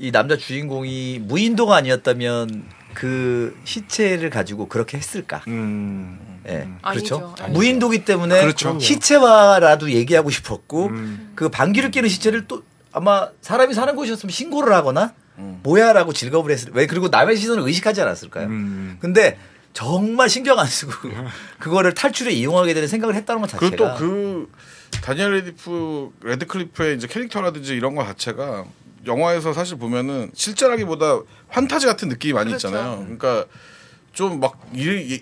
S1: 이 남자 주인공이 무인도가 아니었다면 그 시체를 가지고 그렇게 했을까?
S2: 음,
S1: 예,
S4: 아니죠.
S1: 그렇죠.
S4: 아니죠.
S1: 무인도기 때문에
S2: 그렇죠.
S1: 시체와라도 얘기하고 싶었고
S2: 음.
S1: 그 방귀를 끼는 시체를 또 아마 사람이 사는 곳이었으면 신고를 하거나
S3: 음.
S1: 뭐야라고 즐겁을 했을 왜 그리고 남의 시선을 의식하지 않았을까요?
S2: 음.
S1: 근데 정말 신경 안 쓰고 그거를 탈출에 이용하게 되는 생각을 했다는 것 자체가
S3: 그리고 또 그 다니엘 레디프 레드클리프의 이제 캐릭터라든지 이런 거 자체가 영화에서 사실 보면은 실제라기보다 환타지 같은 느낌이 많이
S4: 그렇죠.
S3: 있잖아요. 그러니까 좀 막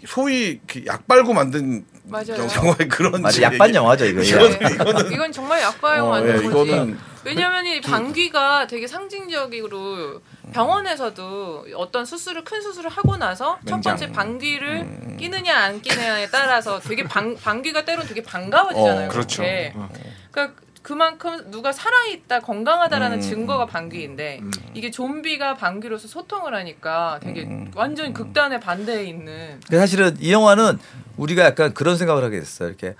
S3: 소위 이렇게 약 빨고 만든
S4: 맞아요.
S3: 영화의 그런
S1: 맞아
S3: 지-
S1: 약반
S3: 얘기-
S1: 영화죠 이거.
S4: 네. 이거는, 정말 약과 영화
S3: 어,
S4: 는
S3: 예,
S4: 거지.
S3: 이거는
S4: 왜냐하면 이 방귀가 되게 상징적으로 병원에서도 어떤 수술을 큰 수술을 하고 나서 첫
S2: 맹장.
S4: 번째 방귀를 끼느냐 안 끼느냐에 따라서 되게 방 방귀가 때론 되게 반가워지잖아요.
S3: 어,
S2: 그렇죠.
S4: 그렇게.
S2: 어.
S4: 그러니까 그만큼 누가 살아있다 건강하다라는 증거가 방귀인데 이게 좀비가 방귀로서 소통을 하니까 되게 완전 극단의 반대에 있는
S1: 근데 사실은 이 영화는 우리가 약간 그런 생각을 하게 됐어요. 이렇게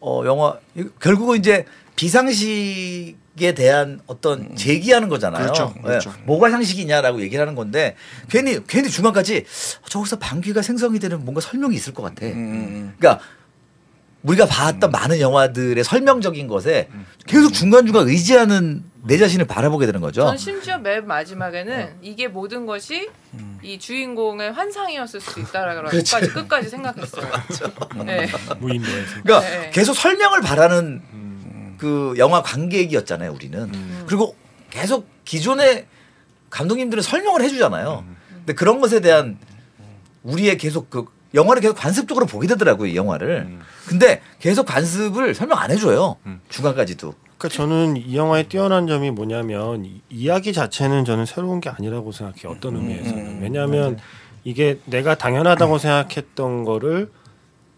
S1: 어 영화 이거 결국은 이제 비상식에 대한 어떤 제기하는 거잖아요.
S2: 음. 그렇죠,
S1: 예,
S2: 그렇죠.
S1: 뭐가 상식이냐라고 얘기를 하는 건데 괜히 괜히 중간까지 저기서 방귀가 생성이 되는 뭔가 설명이 있을 것
S2: 음,
S1: 같아. 그러니까 우리가 봤던 많은 영화들의 설명적인 것에
S2: 음.
S1: 계속 중간중간 의지하는 내 자신을 바라보게 되는 거죠. 어.
S4: 전 심지어 맨 마지막에는 이게 모든 것이
S1: 음.
S4: 이 주인공의 환상이었을 수도 있다라고 끝까지 끝까지 생각했어요. 네.
S5: 무인도에서.
S1: 그러니까
S4: 네.
S1: 계속 설명을 바라는 그 영화 관객이었잖아요 우리는 그리고 계속 기존의 감독님들은 설명을 해주잖아요 근데 그런 것에 대한 우리의 계속 그 영화를 계속 관습적으로 보게 되더라고요 이 영화를 근데 계속 관습을 설명 안 해줘요 중간까지도
S5: 그러니까 저는 이 영화의 뛰어난 점이 뭐냐면 이- 이야기 자체는 저는 새로운 게 아니라고 생각해요. 어떤 의미에서는. 왜냐하면 이게 내가 당연하다고 생각했던 거를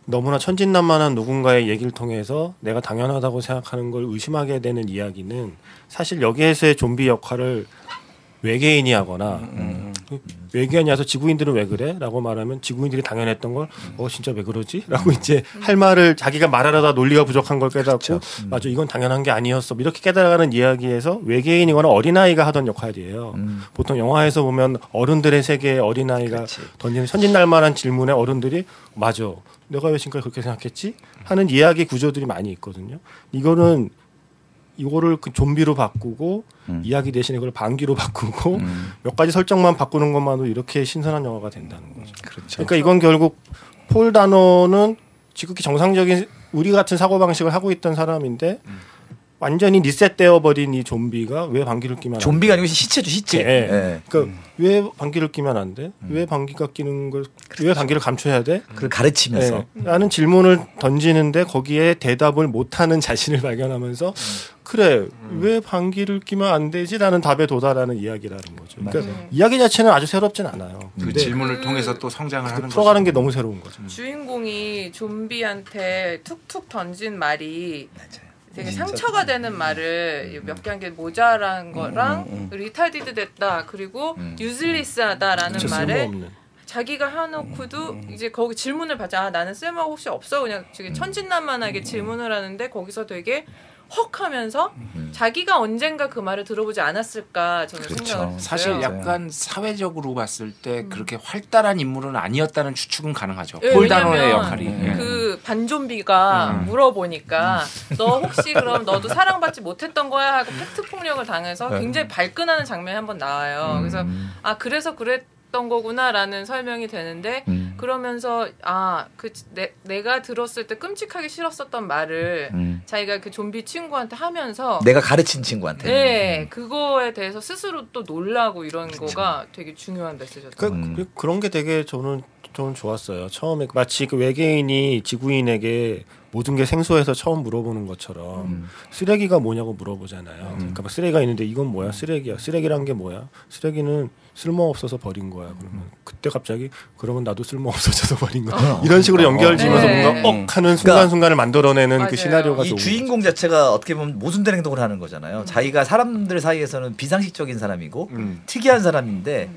S5: 너무나 천진난만한 누군가의 얘기를 통해서 내가 당연하다고 생각하는 걸 의심하게 되는 이야기는 사실 여기에서의 좀비 역할을 외계인이 하거나 음. 그 외계인이 와서 지구인들은 왜 그래?라고 말하면 지구인들이 당연했던 걸 어 진짜 왜 그러지?라고 이제 할 말을 자기가 말하려다 논리가 부족한 걸 깨닫고 맞아 이건 당연한 게 아니었어 이렇게 깨달아가는 이야기에서 외계인이거나 어린아이가 하던 역할이에요. 보통 영화에서 보면 어른들의 세계에 어린아이가 던지는 선진날만한 질문에 어른들이 맞아 내가 왜 지금까지 그렇게 생각했지 하는 이야기 구조들이 많이 있거든요. 이거는 이거를 그 좀비로 바꾸고 이야기 대신에 그걸 방귀로 <laughs> 바꾸고 몇 가지 설정만 바꾸는 것만으로 이렇게 신선한 영화가 된다는 거죠. 그러니까 이건 결국 폴 다노는 지극히 정상적인 우리 같은 사고 방식을 하고 있던 사람인데 완전히 리셋되어 버린 이 좀비가 왜 방귀를 끼면 안 돼?
S1: 좀비가 아니고 시체죠 시체.
S5: 음. 예.
S1: 예.
S5: 그러니까 왜 방귀를 끼면 안 돼? 왜 방귀가 끼는 걸 왜 방귀를 감춰야 돼?
S1: 그걸 가르치면서
S5: 네. 라는 질문을 던지는데 거기에 대답을 못하는 자신을 <laughs> 발견하면서 그래 왜 방귀를 끼면 안 되지라는 답에 도달하는 이야기라는 거죠. 그러니까 이야기 자체는 아주 새롭진 않아요. 그
S2: 그 질문을 통해서 또 성장을 하는
S5: 네. 풀어가는
S2: 거죠.
S5: 게 너무 새로운 거죠.
S4: 음. 주인공이 좀비한테 툭툭 던진 말이
S1: 맞아요. 음.
S4: 되게 상처가 되는 말을 몇 개 한 게 모자란 거랑 리타디드 됐다
S1: 음,
S4: 그리고 유즐리스하다라는
S5: 진짜
S4: 말에
S5: 쓸모없는.
S4: 자기가 해놓고도
S1: 음.
S4: 이제 거기 질문을 받자. 아, 나는 쓸모가 혹시 없어. 그냥 되게 천진난만하게
S1: 음.
S4: 질문을 하는데 거기서 되게 헉 하면서 자기가 언젠가 그 말을 들어보지 않았을까 저는
S1: 음. 그렇죠.
S4: 생각을 했어요.
S2: 사실 약간 사회적으로 봤을 때 그렇게 활달한 인물은 아니었다는 추측은 가능하죠.
S4: 음. 예,
S2: 폴 다노의
S4: 왜냐면
S2: 역할이. 예. 음.
S4: 그 반좀비가 물어보니까
S2: <laughs>
S4: 너 혹시 그럼 너도 사랑받지 못했던 거야 하고 팩트 폭력을 당해서
S2: 네.
S4: 굉장히 발끈하는 장면이 한번
S2: 음.
S4: 나와요. 그래서 아 그래서 그랬던 거구나라는 설명이 되는데
S1: 음.
S4: 그러면서 아그 내가 들었을 때 끔찍하게 싫었었던 말을
S1: 음.
S4: 자기가 그 좀비 친구한테 하면서
S2: 네.
S1: 내가 가르친 친구한테.
S4: 네 그거에 대해서 스스로 또 놀라고 이런 거가 되게 중요한 메시지였던
S5: 그,
S1: 음.
S5: 그- 그런 게 되게 저는 저는 좋았어요. 처음에 마치 그 외계인이 지구인에게 모든 게 생소해서 처음 물어보는 것처럼
S1: 음.
S5: 쓰레기가 뭐냐고 물어보잖아요. 그러니까 막 쓰레기가 있는데 이건 뭐야? 쓰레기야. 쓰레기란 게 뭐야? 쓰레기는 쓸모 없어서 버린 거야.
S1: 음.
S5: 그러면 그때 갑자기 그러면 나도 쓸모 없어져서 버린 거야. 이런
S1: 어.
S5: 식으로 연결지면서
S4: 네.
S5: 뭔가 억 하는 순간순간을 만들어내는 그
S4: 맞아요.
S5: 시나리오가
S1: 그러니까 이
S5: 너무
S1: 주인공 자체가 어떻게 보면 모순된 행동을 하는 거잖아요. 자기가 사람들 사이에서는 비상식적인 사람이고
S5: 음.
S1: 특이한 사람인데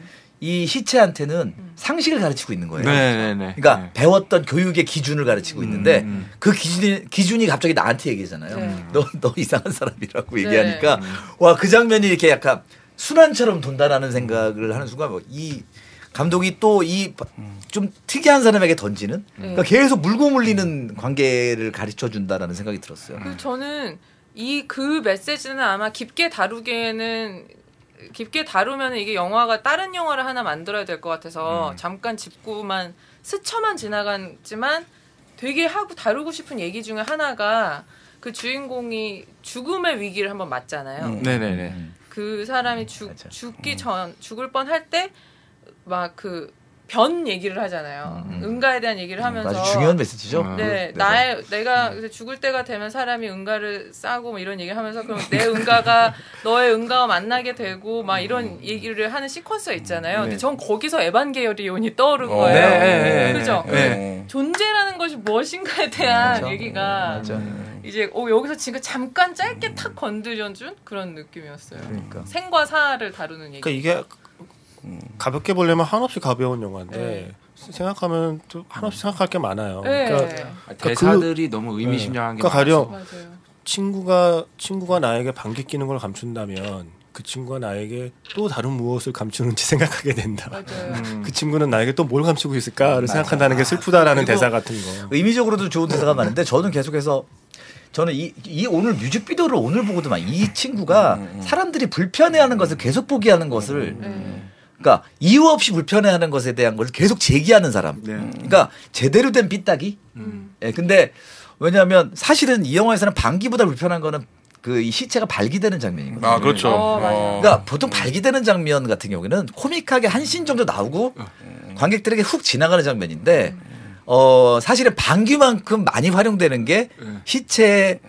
S1: 이 시체한테는 상식을 가르치고 있는
S4: 그
S1: 거예요.
S2: 네네네.
S1: 그러니까
S2: 네.
S1: 배웠던 교육의 기준을 가르치고 있는데 그 기준이, 기준이 갑자기 나한테
S4: 네.
S1: 얘기잖아요. 너, 너 이상한 사람이라고 얘기하니까 와 그 장면이 이렇게 약간 순환처럼 돈다라는 생각을 하는 순간 뭐이 감독이 또 이 좀 특이한 사람에게 던지는
S4: 네.
S1: 그러니까 계속 물고 물리는 관계를 가르쳐 준다라는 생각이 들었어요.
S4: 그 저는 이 그 메시지는 아마 깊게 다루기에는 깊게 다루면 이게 영화가 다른 영화를 하나 만들어야 될 것 같아서
S1: 음.
S4: 잠깐 짚고만 스쳐만 지나갔지만 되게 하고 다루고 싶은 얘기 중에 하나가 그 주인공이 죽음의 위기를 한번 맞잖아요.
S2: 네네네.
S4: 그 사람이 죽
S1: 음. 맞아. 음.
S4: 죽기 전 죽을 뻔할 때 막 그 변 얘기를 하잖아요. 응가에 대한 얘기를 하면서
S1: 음, 아주 중요한 메시지죠.
S2: 음.
S4: 네, 나의 내가 이제 죽을 때가 되면 사람이 응가를 싸고 뭐 이런 얘기하면서 그럼 내 응가가 <laughs> 너의 응가와 만나게 되고 막 이런 얘기를 하는 시퀀스가 있잖아요. 근데 전 거기서 에반게리온이 떠오른
S3: 어,
S4: 거예요.
S2: 네, 네, 네,
S4: 그죠?
S2: 네.
S4: 존재라는 것이 무엇인가에 대한
S1: 그렇죠.
S4: 얘기가 이제 어, 여기서 지금 잠깐 짧게 탁 건드려준 그런 느낌이었어요.
S1: 그러니까.
S4: 생과 사를 다루는 얘기.
S5: 그러니까 이게
S1: 음.
S5: 가볍게 보려면 한없이 가벼운 영화인데
S4: 네.
S5: 생각하면 또 한없이 생각할 게 많아요.
S4: 네,
S5: 그러니까 그-
S2: 대사들이 너무 의미심장한 게
S5: 그러니까 가령
S4: 맞아요.
S5: 친구가 친구가 나에게 방귀 끼는 걸 감춘다면 그 친구가 나에게 또 다른 무엇을 감추는지 <laughs> 생각하게 된다.
S4: 맞아요.
S1: 음.
S5: 그 친구는 나에게 또 뭘 감추고 있을까를 생각한다는 게 슬프다라는
S1: 그리고
S5: 대사 같은 거.
S1: 의미적으로도 좋은 대사가 많은데 저는 계속해서 저는 이, 이 오늘 뮤직비디오를 오늘 보고도만 이 친구가 사람들이 불편해하는 것을 계속 보게 하는 것을
S4: 네.
S1: 그러니까 이유 없이 불편해하는 것에 대한 걸 계속 제기하는 사람. 그러니까 제대로 된 삐딱이.
S4: 음.
S1: 예, 근데 왜냐하면 사실은 이 영화에서는 방귀보다 불편한 거는 그이 시체가 발기되는 장면이거든요.
S3: 아 그렇죠.
S4: 어, 맞아요.
S3: 어.
S1: 그러니까 보통 발기되는 장면 같은 경우에는 코믹하게 한 신 정도 나오고
S4: 어.
S1: 관객들에게 훅 지나가는 장면인데 어 사실은 방귀만큼 많이 활용되는 게 시체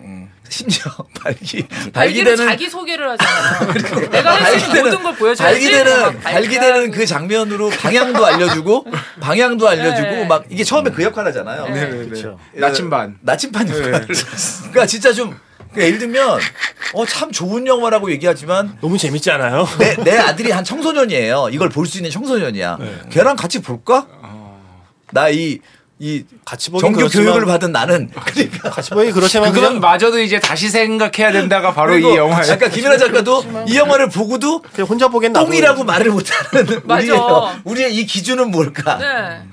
S1: 심지어 <laughs> 발기
S4: 예. 음. 발기는
S1: 발기되는
S4: 자기 소개를 <laughs> 하잖아요. 내가 할 수 있는 모든 걸 보여줘야지. 네,
S1: 발기되는
S4: 막
S1: 발기되는 그 장면으로 방향도
S4: <laughs>
S1: 알려주고 방향도 알려주고
S4: 네.
S1: 막 이게 처음에 그 역할 하잖아요.
S4: 네.
S5: 그렇죠.
S1: 예,
S2: 나침반.
S1: 나침반 역할. 그러니까 진짜 좀 그러니까 예를 들면 어 참 좋은 영화라고 얘기하지만
S5: 너무 재밌지
S1: <laughs>
S5: 않아요?
S1: 내, 내 아들이 한 청소년이에요. 이걸 볼 수 있는 청소년이야.
S5: 네.
S1: 걔랑 같이 볼까? 나 이, 이
S5: 같이 보기
S1: 정규
S5: 어. 그렇지만-
S1: 교육을 받은 나는.
S5: 같이 보기 그렇지만
S2: 그건
S5: 그냥
S2: 마저도 이제 다시 생각해야 된다가 바로 이
S1: 그리고
S2: 영화예요.
S1: 아까 김연아 작가도 이 영화를 보고도
S5: 그냥 혼자 보기엔 나도
S1: 똥이라고 말을 못하는
S4: 맞아.
S1: 우리의, 우리의 이 기준은 뭘까?
S4: 네.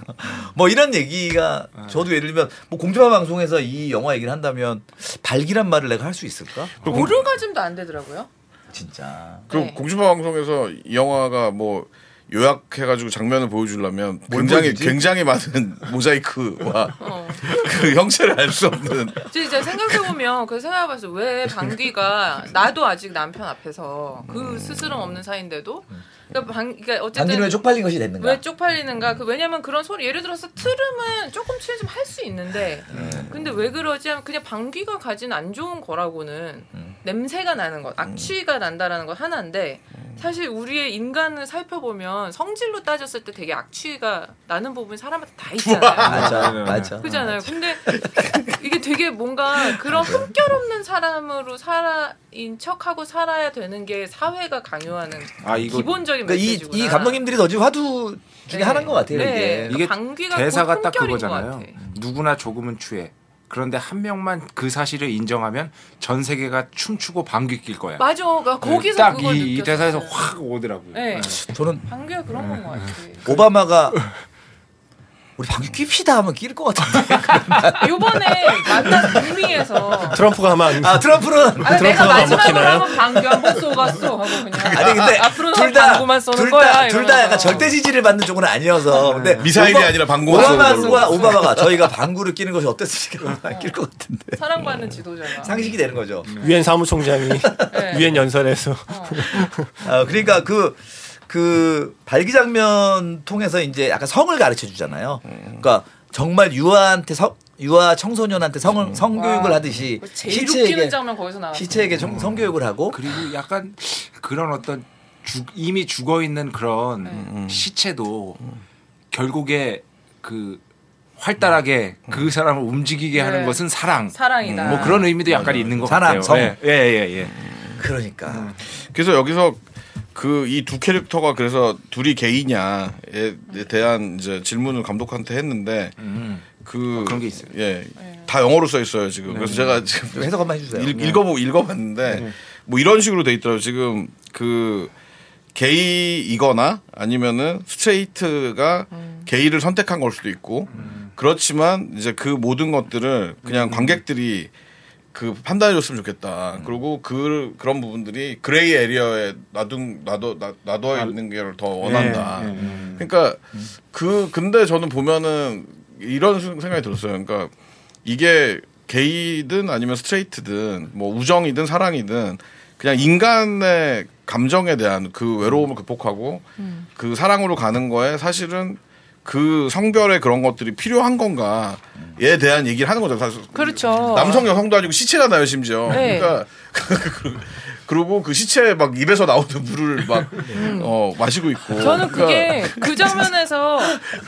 S1: 뭐 이런 얘기가
S5: 네.
S1: 저도 예를 들면 뭐 공중파 방송에서 이 영화 얘기를 한다면 발기란 말을 내가 할 수 있을까?
S4: 오르가즘도 안 되더라고요.
S1: 진짜.
S3: 그
S4: 네.
S3: 공중파 방송에서 이 영화가 뭐 요약해가지고 장면을 보여주려면 굉장히
S1: 보여주지?
S3: 굉장히 많은 <laughs> 모자이크와
S4: 어.
S3: 그 형체를 알 수 없는
S4: 진짜 생각해보면 그 생각해봤어 왜 방귀가 나도 아직 남편 앞에서 그 스스럼 없는 사이인데도 그러니까 방
S1: 반기는
S4: 그러니까 어쨌든
S1: 왜 쪽팔린 것이 됐는가?
S4: 왜 쪽팔리는가? 그 왜냐면 그런 소리 예를 들어서 트름은 조금 취해 좀 할 수 있는데
S1: 네.
S4: 근데 왜 그러지? 하면 그냥 방귀가 가진 안 좋은 거라고는
S1: 음.
S4: 냄새가 나는 것, 악취가 난다라는 것 하나인데
S1: 음.
S4: 사실 우리의 인간을 살펴보면 성질로 따졌을 때 되게 악취가 나는 부분 이 사람한테 다 있잖아요.
S1: 맞아, <laughs>
S5: 네,
S1: 맞아. 네.
S4: 그잖아요. 근데 이게 되게 뭔가 그런 흠결 없는 사람으로 살아인 척하고 살아야 되는 게 사회가 강요하는
S2: 아 이거
S4: 기본적인
S1: 그러니까 이,
S4: 메시지구나.
S1: 이 감독님들이 넣어준 화두 중에
S4: 네.
S1: 하나인 것 같아요.
S4: 네.
S1: 이게.
S2: 이게
S4: 방귀가
S2: 대사가
S4: 곧
S2: 딱
S4: 품격인
S2: 그거잖아요.
S4: 것 같아.
S2: 누구나 조금은 취해. 그런데 한 명만 그 사실을 인정하면 전 세계가 춤추고 방귀 낄 거야.
S4: 맞아. 그러니까 거기서 그걸
S2: 네. 딱이 이
S4: 느꼈어요.
S2: 대사에서 확 오더라고요.
S4: 네.
S1: 저는
S4: 방귀가 그런 건 것
S2: 음.
S4: 같아.
S1: 오바마가 우리 방귀 낍시다 하면 낄 것
S4: <laughs>
S1: 같은데.
S4: 요번에 만난 우리에서
S5: 트럼프가 하면
S1: 아 트럼프는
S4: 아, 내가
S5: 트럼프가 안
S4: 마지막으로
S5: 먹히나요?
S4: 한번 방귀 한번 쏘갔어 하고 그냥
S1: 아니 근데
S4: 앞으로는 방구만 쏘는
S1: 둘다둘다둘 다
S4: 거야 이러면서. 네.
S1: 약간 절대 지지를 받는 쪽은 아니어서 근데
S3: 미사일이 아니라 방구만 쏘는
S1: 오바마가
S3: 걸로.
S1: 오바마가 저희가 방구를 끼는 것이 어땠으니까 <laughs> 낄것 같은데
S4: 사랑받는 지도자가
S1: 상식이 되는 거죠.
S5: <laughs> 유엔 사무총장이
S4: 네.
S5: 유엔 연설에서
S1: 아, 그러니까 그, 그 발기 장면 통해서 이제 약간 성을 가르쳐 주잖아요. 그러니까 정말 유아한테 성, 유아 청소년한테 성, 성교육을
S4: 와,
S1: 하듯이
S4: 아, 그거 제일 웃기는
S1: 시체에게,
S4: 장면 거기서 나왔어.
S1: 시체에게 성, 성교육을 하고
S2: 그리고 약간 그런 어떤 죽- 이미 죽어 있는 그런 시체도 결국에 그 활달하게 그 사람을 움직이게 하는
S4: 네.
S2: 것은 사랑.
S4: 사랑이다.
S2: 뭐 그런 의미도 약간 있는 것
S1: 사랑,
S2: 같아요.
S1: 성.
S2: 예, 예, 예, 예.
S1: 그러니까
S4: 음.
S3: 그래서 여기서 그 이 두 캐릭터가 그래서 둘이 게이냐에 대한 이제 질문을 감독한테 했는데 그
S2: 그런 게 있어요.
S3: 예.
S4: 네.
S3: 다 영어로 써 있어요, 지금. 그래서 제가
S1: 좀
S3: 지금
S1: 해석 한번 해주세요. 네.
S3: 읽, 읽어보 읽어봤는데 뭐 이런 식으로 돼 있더라고 요 지금 그 게이이거나 아니면은 스트레이트가
S1: 음.
S3: 게이를 선택한 걸 수도 있고 그렇지만 이제 그 모든 것들을
S1: 음.
S3: 그냥 관객들이 그 판단해줬으면 좋겠다. 그리고 그 그런 부분들이 그레이 에리어에 놔둔 놔둬 놔- 놔둬
S1: 아.
S3: 있는 걸 더 원한다.
S2: 예, 예, 예.
S3: 그러니까
S1: 음.
S3: 그 근데 저는 보면은 이런 수- 생각이 들었어요. 그러니까 이게 게이든 아니면 스트레이트든 뭐 우정이든 사랑이든 그냥 인간의 감정에 대한 그 외로움을 극복하고
S4: 음.
S3: 그 사랑으로 가는 거에 사실은 그 성별의 그런 것들이 필요한 건가에 대한 얘기를 하는 거죠. 사실
S4: 그렇죠.
S3: 남성 여성도 아니고 시체잖아요 심지어.
S4: 네.
S3: 그러니까 <laughs> 그리고 그 시체 막 입에서 나오는 물을 막 어, 마시고 있고.
S4: 음. 저는
S3: 그러니까
S4: 그게 그 장면에서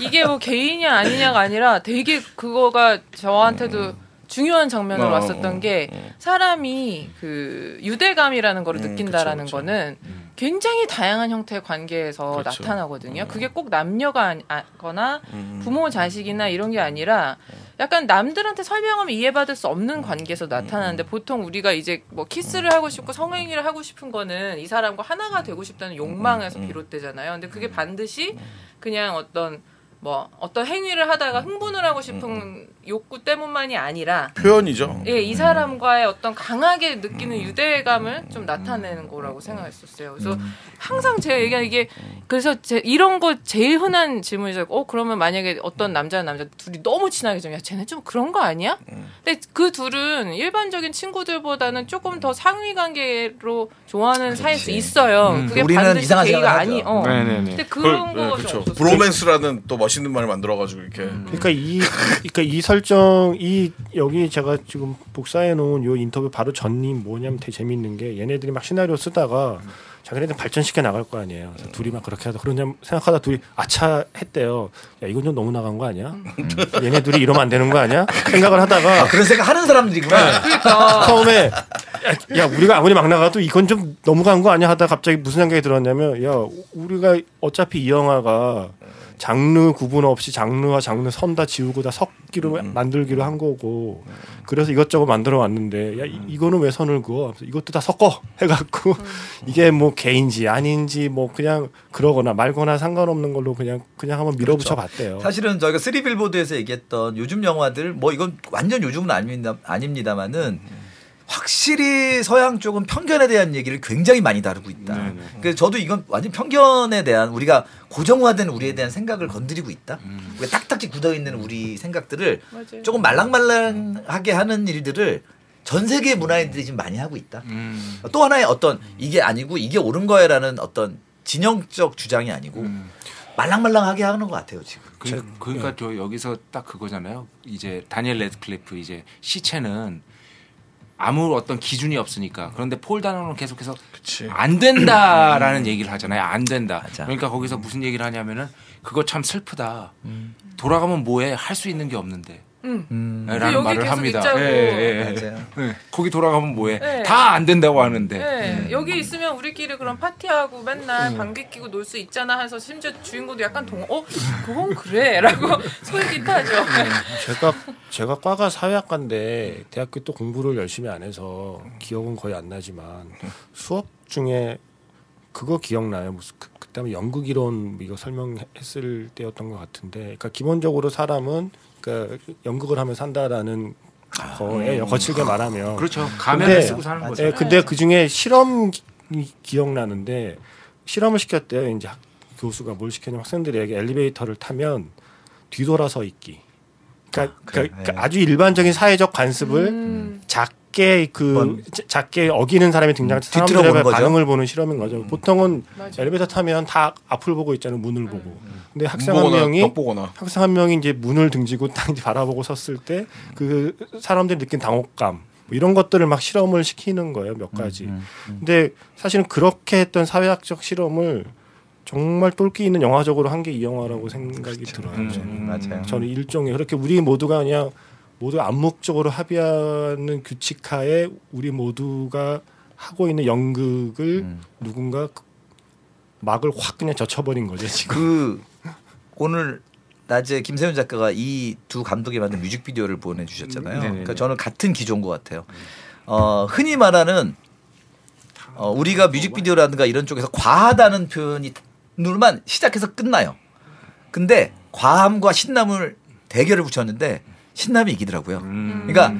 S4: 이게 뭐 개인이 아니냐가 아니라 되게 그거가 저한테도 중요한 장면으로
S3: 음. 어,
S4: 왔었던
S3: 어, 음,
S4: 게 사람이 그 유대감이라는 거를 느낀다라는
S3: 그쵸, 그쵸.
S4: 거는 굉장히 다양한 형태의 관계에서
S3: 그렇죠.
S4: 나타나거든요. 그게 꼭 남녀가 아거나
S3: 음.
S4: 부모 자식이나 이런 게 아니라
S3: 네.
S4: 약간 남들한테 설명하면 이해받을 수
S3: 음.
S4: 없는 관계에서 나타나는데 보통 우리가 이제 뭐 키스를 하고 싶고 성행위를 하고 싶은 거는 이 사람과 하나가 되고 싶다는
S3: 음.
S4: 욕망에서 비롯되잖아요. 근데 그게 반드시 그냥 어떤 뭐 어떤 행위를 하다가 흥분을 하고
S3: 음,
S4: 싶은 욕구 때문만이 아니라
S3: 표현이죠.
S4: 예, 이 사람과의 어떤 강하게
S1: 음.
S4: 느끼는 유대감을 좀 나타내는 거라고 생각했었어요. 그래서
S1: 음.
S4: 항상 제가 얘기한 이게 그래서 제 이런 거 제일 흔한 질문이죠. 어 그러면 만약에 어떤 남자 남자 둘이 너무 친하게 좀 야 쟤네 좀 그런 거 아니야?
S1: 음.
S4: 근데 그 둘은 일반적인 친구들보다는 조금 더 상위 관계로 좋아하는 사이일 수 있어요. 그게
S1: 음. 우리는
S4: 반드시
S1: 이상한
S4: 게이가
S1: 생각을
S4: 아니.
S1: 하죠.
S4: 어.
S2: 네, 네, 네.
S4: 근데 그런
S3: 네,
S4: 거좀
S3: 그렇죠.
S4: 없었어요. 음.
S3: 브로맨스라는 또 멋있는 말을 만들어가지고 이렇게
S5: 그러니까 이 그러니까 이 설정 이 여기 제가 지금 복사해 놓은 요 인터뷰 바로 전이 뭐냐면 되게 재밌는 게 얘네들이 막 시나리오 쓰다가 자기네들 발전시켜 나갈 거 아니에요. 그래서 둘이 막 그렇게 하다 그러냐 생각하다 둘이 아차 했대요. 야 이건 좀 너무 나간 거 아니야? 음. 얘네들이 이러면 안 되는 거 아니야? 생각을 하다가
S1: 그런 생각 하는 사람들이구나.
S5: 처음에 야 우리가 아무리 막 나가도 이건 좀 너무 간 거 아니야 하다 갑자기 무슨 생각이 들었냐면 야 우리가 어차피 이 영화가 장르 구분 없이 장르와 장르 선 다 지우고 다 섞기로 만들기로 한 거고 그래서 이것저것 만들어 왔는데 야 이, 거는왜 선을 그어 하면서 이것도 다 섞어 <laughs> 해갖고 이게 뭐 개인지 아닌지 뭐 그냥 그러거나 말거나 상관없는 걸로 그냥 그냥 한번 밀어붙여 봤대요.
S1: 사실은 저희가 쓰리 빌보드에서 얘기했던 요즘 영화들 뭐 이건 완전 요즘은 아닙니다 아닙니다만은 확실히 서양 쪽은 편견에 대한 얘기를 굉장히 많이 다루고
S5: 네,
S1: 있다. 그래서 저도 이건 완전 편견에 대한 우리가 고정화된 우리에 대한 생각을 건드리고 있다.
S5: 음.
S1: 우리가 딱딱히 굳어 있는 우리 생각들을
S4: 맞아요.
S1: 조금 말랑말랑하게 하는 일들을 전 세계 문화인들이 지금 많이 하고 있다.
S2: 음.
S1: 또 하나의 어떤 이게 아니고 이게 옳은 거야라는 어떤 진영적 주장이 아니고
S5: 음.
S1: 말랑말랑하게 하는 것 같아요 지금.
S2: 그, 러니까
S1: 예.
S2: 저 여기서 딱 그거잖아요. 이제 다니엘 레드클리프 이제 시체는 아무 어떤 기준이 없으니까 그런데 폴 다노는 계속해서
S3: 그치.
S2: 안 된다라는 얘기를 하잖아요. 안
S1: 음.
S2: 된다.
S1: 맞아. 음.
S2: 그러니까 거기서 무슨 얘기를 하냐면은 그거 참 슬프다. 돌아가면 뭐해? 할 수 있는 게 없는데.
S4: 응.
S1: 음,
S4: 근데
S2: 라는
S4: 여기
S2: 말을
S4: 계속
S2: 합니다.
S4: 있자고.
S1: 맞아요.
S2: 예. 거기 돌아가면 뭐해?
S4: 네.
S2: 다 안 된다고 하는데. 음.
S4: 네,
S5: 음.
S4: 여기 있으면 우리끼리 그럼 파티하고 맨날 방귀 끼고 놀 수 있잖아 해서 심지어 주인공도 약간 동, 어, 그건 그래라고 <laughs> 솔깃하죠.
S5: 제가 제가 과가 사회학과인데 대학교 또 공부를 열심히 안 해서 기억은 거의 안 나지만 수업 중에 그거 기억나요? 무슨 그, 그다음에 연극 이론 이거 설명했을 때였던 것 같은데, 그러니까 기본적으로 사람은 그러니까 연극을 하면 산다라는 거에 거칠게 말하면
S2: 그렇죠.
S1: 음.
S2: 가면을
S5: 근데-
S2: 쓰고 사는 거죠.
S5: 예, 근데 그 중에 실험 기- 기억나는데 실험을 시켰대요. 이제 학- 교수가 뭘 시켰냐면 학생들에게 엘리베이터를 타면 뒤돌아서 있기. 그러니까,
S1: 그래,
S5: 그러니까
S1: 예.
S5: 아주 일반적인 사회적 관습을
S4: 음.
S5: 작게 그
S1: 번. 음,
S5: 자- 작게 어기는 사람이 등장할 때
S1: 뒤틀어 보는
S5: 사람들의
S1: 거죠. 음.
S5: 반응을 보는 실험인 거죠. 보통은
S4: 맞아.
S5: 엘리베이터 타면 다 앞을 보고 있잖아요. 문을
S4: 음.
S5: 보고. 근데
S1: 음.
S5: 학생 한
S3: 보거나
S5: 명이
S3: 벽 보거나
S5: 학생 한 명이 이제 문을 등지고 딱 이제 바라보고 섰을 때 그 사람들이 느낀 당혹감 뭐 이런 것들을 막 실험을 시키는 거예요 몇 가지. 근데 사실은 그렇게 했던 사회학적 실험을 정말 똘끼 있는 영화적으로 한 게 이 영화라고 생각이 들어요.
S2: 음.
S5: 저는.
S1: 그렇죠. 맞아요.
S5: 저는 일종의 그렇게 우리 모두가 그냥 모두 암묵적으로 합의하는 규칙하에 우리 모두가 하고 있는 연극을 누군가 그- 막을 확 그냥 젖혀버린 거죠 지금.
S1: 그 오늘 낮에 김세윤 작가가 이 두 감독이 만든 뮤직비디오를 보내주셨잖아요. 그러니까 저는 같은 기조인 것 같아요. 어, 흔히 말하는 어, 우리가 뮤직비디오라든가 이런 쪽에서 과하다는 표현이 눈만 시작해서 끝나요. 근데 과함과 신남을 대결을 붙였는데 신남이 이기더라고요.
S2: 음.
S1: 그러니까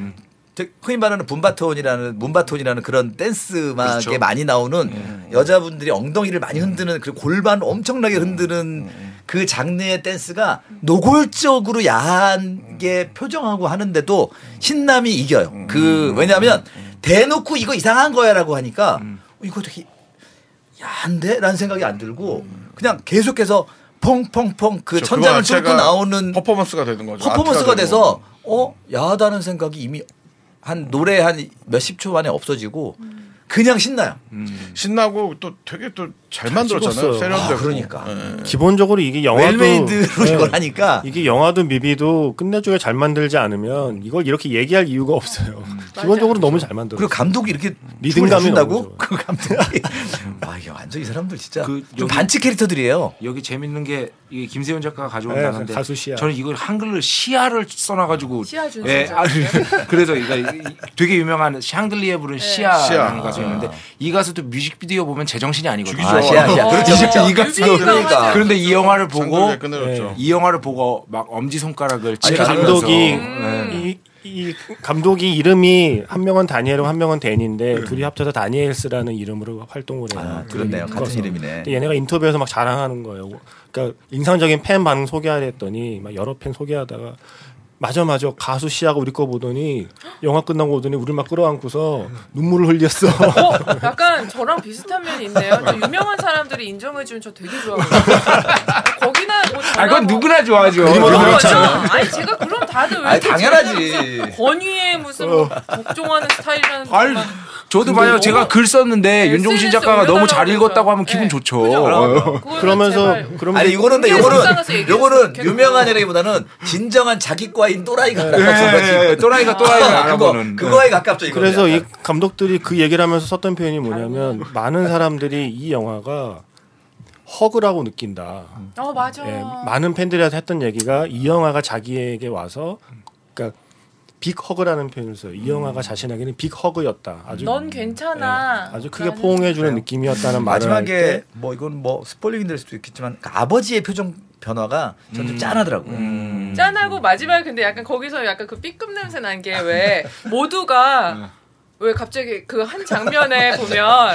S1: 되- 흔히 말하는 붐바톤이라는 문바톤이라는 그런 댄스 음악에
S2: 그렇죠. 예. 음.
S1: 많이 나오는 여자분들이 엉덩이를 많이 흔드는 그리고 골반 엄청나게 흔드는 그 장르의 댄스가 노골적으로 야한
S2: 음.
S1: 게 표정하고 하는데도 신남이 이겨요. 그
S2: 음.
S1: 왜냐하면 대놓고 이거 이상한 거야라고 하니까
S2: 음.
S1: 어, 이거 되게 야한데라는 생각이 안 들고 그냥 계속해서 펑펑펑 그
S3: 그렇죠.
S1: 천장을
S3: 그거
S1: 뚫고
S3: 자체가
S1: 나오는
S3: 퍼포먼스가 되는 거죠.
S1: 퍼포먼스가
S3: 아트가
S1: 돼서 어 야하다는 생각이 이미 한 노래 한 몇십 초 만에 없어지고 그냥 신나요.
S3: 되고. 음. 신나고 또 되게 또 잘 만들었잖아요.
S5: 찍었어요.
S3: 세련되고.
S1: 아, 그러니까.
S3: 예.
S5: 기본적으로 이게 영화도
S1: 웰메이드로
S5: 네.
S1: 이걸 하니까
S5: 이게 영화도 뮤비도 끝내주게 잘 만들지 않으면 이걸 이렇게 얘기할 이유가 없어요. 기본적으로 너무 잘 만들어.
S1: 음. 그리고 감독이 이렇게 춤을
S5: 리듬감이
S1: 잘 춘다고
S5: 너무 좋아.
S1: <laughs> 그 감독이 아 이게 완전 이 사람들 진짜
S2: 그
S1: 좀
S2: 여기-
S1: 반칙 캐릭터들이에요.
S2: 여기 재밌는 게 이게 김세현 작가가 가져온
S5: 네,
S2: 단어인데
S5: 가수 시야.
S2: 저는 이걸 한글로 시야를 써놔가지고
S4: 시야 준수
S2: 예, 아, <laughs> 그래서 이거 이- 되게 유명한 샹들리에 부른 시야라는
S3: 시야.
S2: 가수 있는데 이 가수도 뮤직비디오 보면 제정신이 아니거든요.
S3: 죽이죠. 아,
S1: 시야, 시야. 그렇죠, 그렇죠.
S2: 이 가수도
S1: 그러니까.
S2: 그런데 이 영화를 보고
S3: 장군을 끊어줬죠.
S2: 이 영화를 보고 막 엄지 손가락을
S5: 그
S2: 치면서
S5: 감독이
S2: 음.
S1: 네.
S5: 이, 이 감독이 이름이 한 명은 다니엘이고 한 명은 데니인데 둘이 합쳐서 다니엘스라는 이름으로 활동을 해요.
S1: 네. 아, 그렇네요. 같은
S5: 커서.
S1: 이름이네.
S5: 근데 얘네가 인터뷰에서 막 자랑하는 거예요. 그러니까 인상적인 팬 반응 소개하랬더니 막 여러 팬 소개하다가 맞아 맞아 가수 시하고 우리 거 보더니 영화 끝나고 오더니 우리 막 끌어안고서 눈물을
S1: <laughs>
S5: 흘렸어.
S4: 어, 약간 저랑 비슷한 면이 있네요. 저 유명한 사람들이 인정해주면 저 되게 좋아하거든요. 거기나 뭐
S2: 아
S4: 저랑
S2: 그건
S4: 뭐-
S2: 누구나 좋아하죠.
S4: 그런 거죠. 아니 제가 그럼 다들 왜
S1: 아니,
S4: 이렇게
S1: 당연하지.
S4: 제가 무슨 권위에 무슨 뭐 복종하는 스타일이라는
S2: 아니,
S4: 것만
S2: 저도 봐요. 제가 글 썼는데 윤종신 작가가 너무 잘 읽었다고 하면 기분 좋죠.
S5: 그러면서 그러면
S1: 아니 이거는 근데
S4: 이게 속상해서
S1: 요거는
S4: 얘기했어.
S1: 요거는
S4: 걔는
S1: 유명한이라기보다는 진정한 자기과인 또라이가 가까운 거지.
S2: 예, 예. 또라이가 또라이를 알아보는. 예.
S1: 그거 그거에 가깝죠. 이거는
S5: 그래서 이
S1: 약간.
S5: 감독들이 그 얘기를 하면서 썼던 표현이 뭐냐면 많은 사람들이 이 영화가 허그라고 느낀다.
S4: 어 맞아.
S5: 예, 많은 팬들한테 했던 얘기가 이 영화가 자기에게 와서 그러니까 빅 허그라는 표현을 써요. 이 영화가 자신에게는 빅 허그였다.
S4: 음.
S5: 아주
S4: 넌
S5: 예,
S4: 괜찮아.
S5: 아주 크게
S4: 나는-
S5: 포옹해 주는 느낌이었다는 말을 할
S1: 그러니까 마지막에
S5: 때
S1: 뭐 이건 뭐 스포일링 될 수도 있겠지만 그 아버지의 표정 변화가 전좀
S2: 음.
S1: 짠하더라고요.
S4: 짠하고 마지막에 근데 약간 거기서 약간 그 삐끔 냄새 난 게 왜 모두가 왜 갑자기 그 한 장면에 보면 아,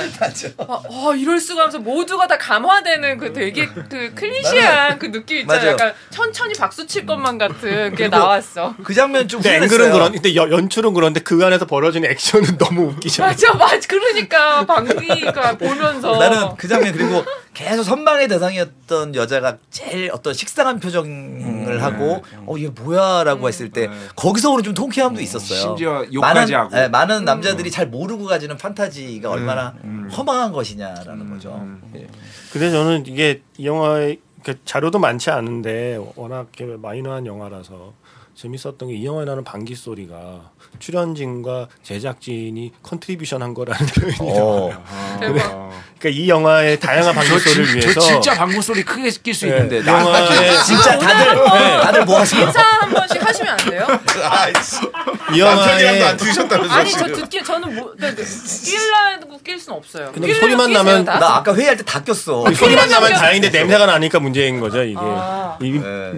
S4: 어, 이럴 수가 하면서 모두가 다 감화되는 그 되게 그 클리시한 그 느낌 있잖아요.
S1: 맞아요.
S4: 약간 천천히 박수 칠 것만 같은 게 나왔어.
S1: 그 장면 좀
S5: 근데
S1: 후회했어요.
S5: 앵글은 그런 근데 여- 연출은 그런데 그 안에서 벌어지는 액션은 너무
S4: <laughs>
S5: 웃기잖아요.
S4: 맞아, 맞아. 그러니까 방귀가 보면서
S1: 나는 그 장면 그리고 계속 선방의 대상이었던 여자가 제일 어떤 식상한
S2: 음.
S1: 표정을 하고 어 얘 뭐야라고 했을 때 거기서 오는 좀 통쾌함도 있었어요.
S2: 심지어
S1: 많은,
S2: 욕까지 하고. 음.
S1: 예, 많은 남자들이 잘 모르고 가지는 판타지가 얼마나 허망한 것이냐라는 거죠. 예.
S5: 근데 저는 이게 이 영화의 그 자료도 많지 않은데 워낙 이렇게 마이너한 영화라서 재밌었던 게 이 영화에 나는 방귀 소리가 출연진과 제작진이 컨트리뷰션 한 거라는 <laughs> 표현이
S1: 어.
S5: 나와요.
S4: 대박.
S5: 그러니까 이 영화의 다양한 방귀 소리를 위해서
S2: 저 진짜 방구 소리 크게 낄 수
S5: 예,
S2: 있는데 나
S5: 영화의
S1: 아, 진짜 다들 예, 다들 뭐 모아서
S4: 인사 한 번씩 하시면 안 돼요?
S1: 네.
S3: <laughs> 아,
S5: 이
S1: 아, 예.
S3: 남편이랑도 안
S5: 영화의
S3: 들으셨다면서
S4: 아니 저
S3: 지금.
S4: 듣기 저는 뭐 네, 네. 끼려고 낄순 없어요.
S5: 근데
S4: 끼려고
S5: 소리만
S4: 끼세요,
S5: 나면
S4: 다?
S1: 나 아까 회의할 때 다 꼈어.
S5: 이 소리만 나면
S4: 남편.
S5: 다행인데 냄새가 나니까 문제인 거죠 이게
S4: 아.
S5: 이
S1: 예.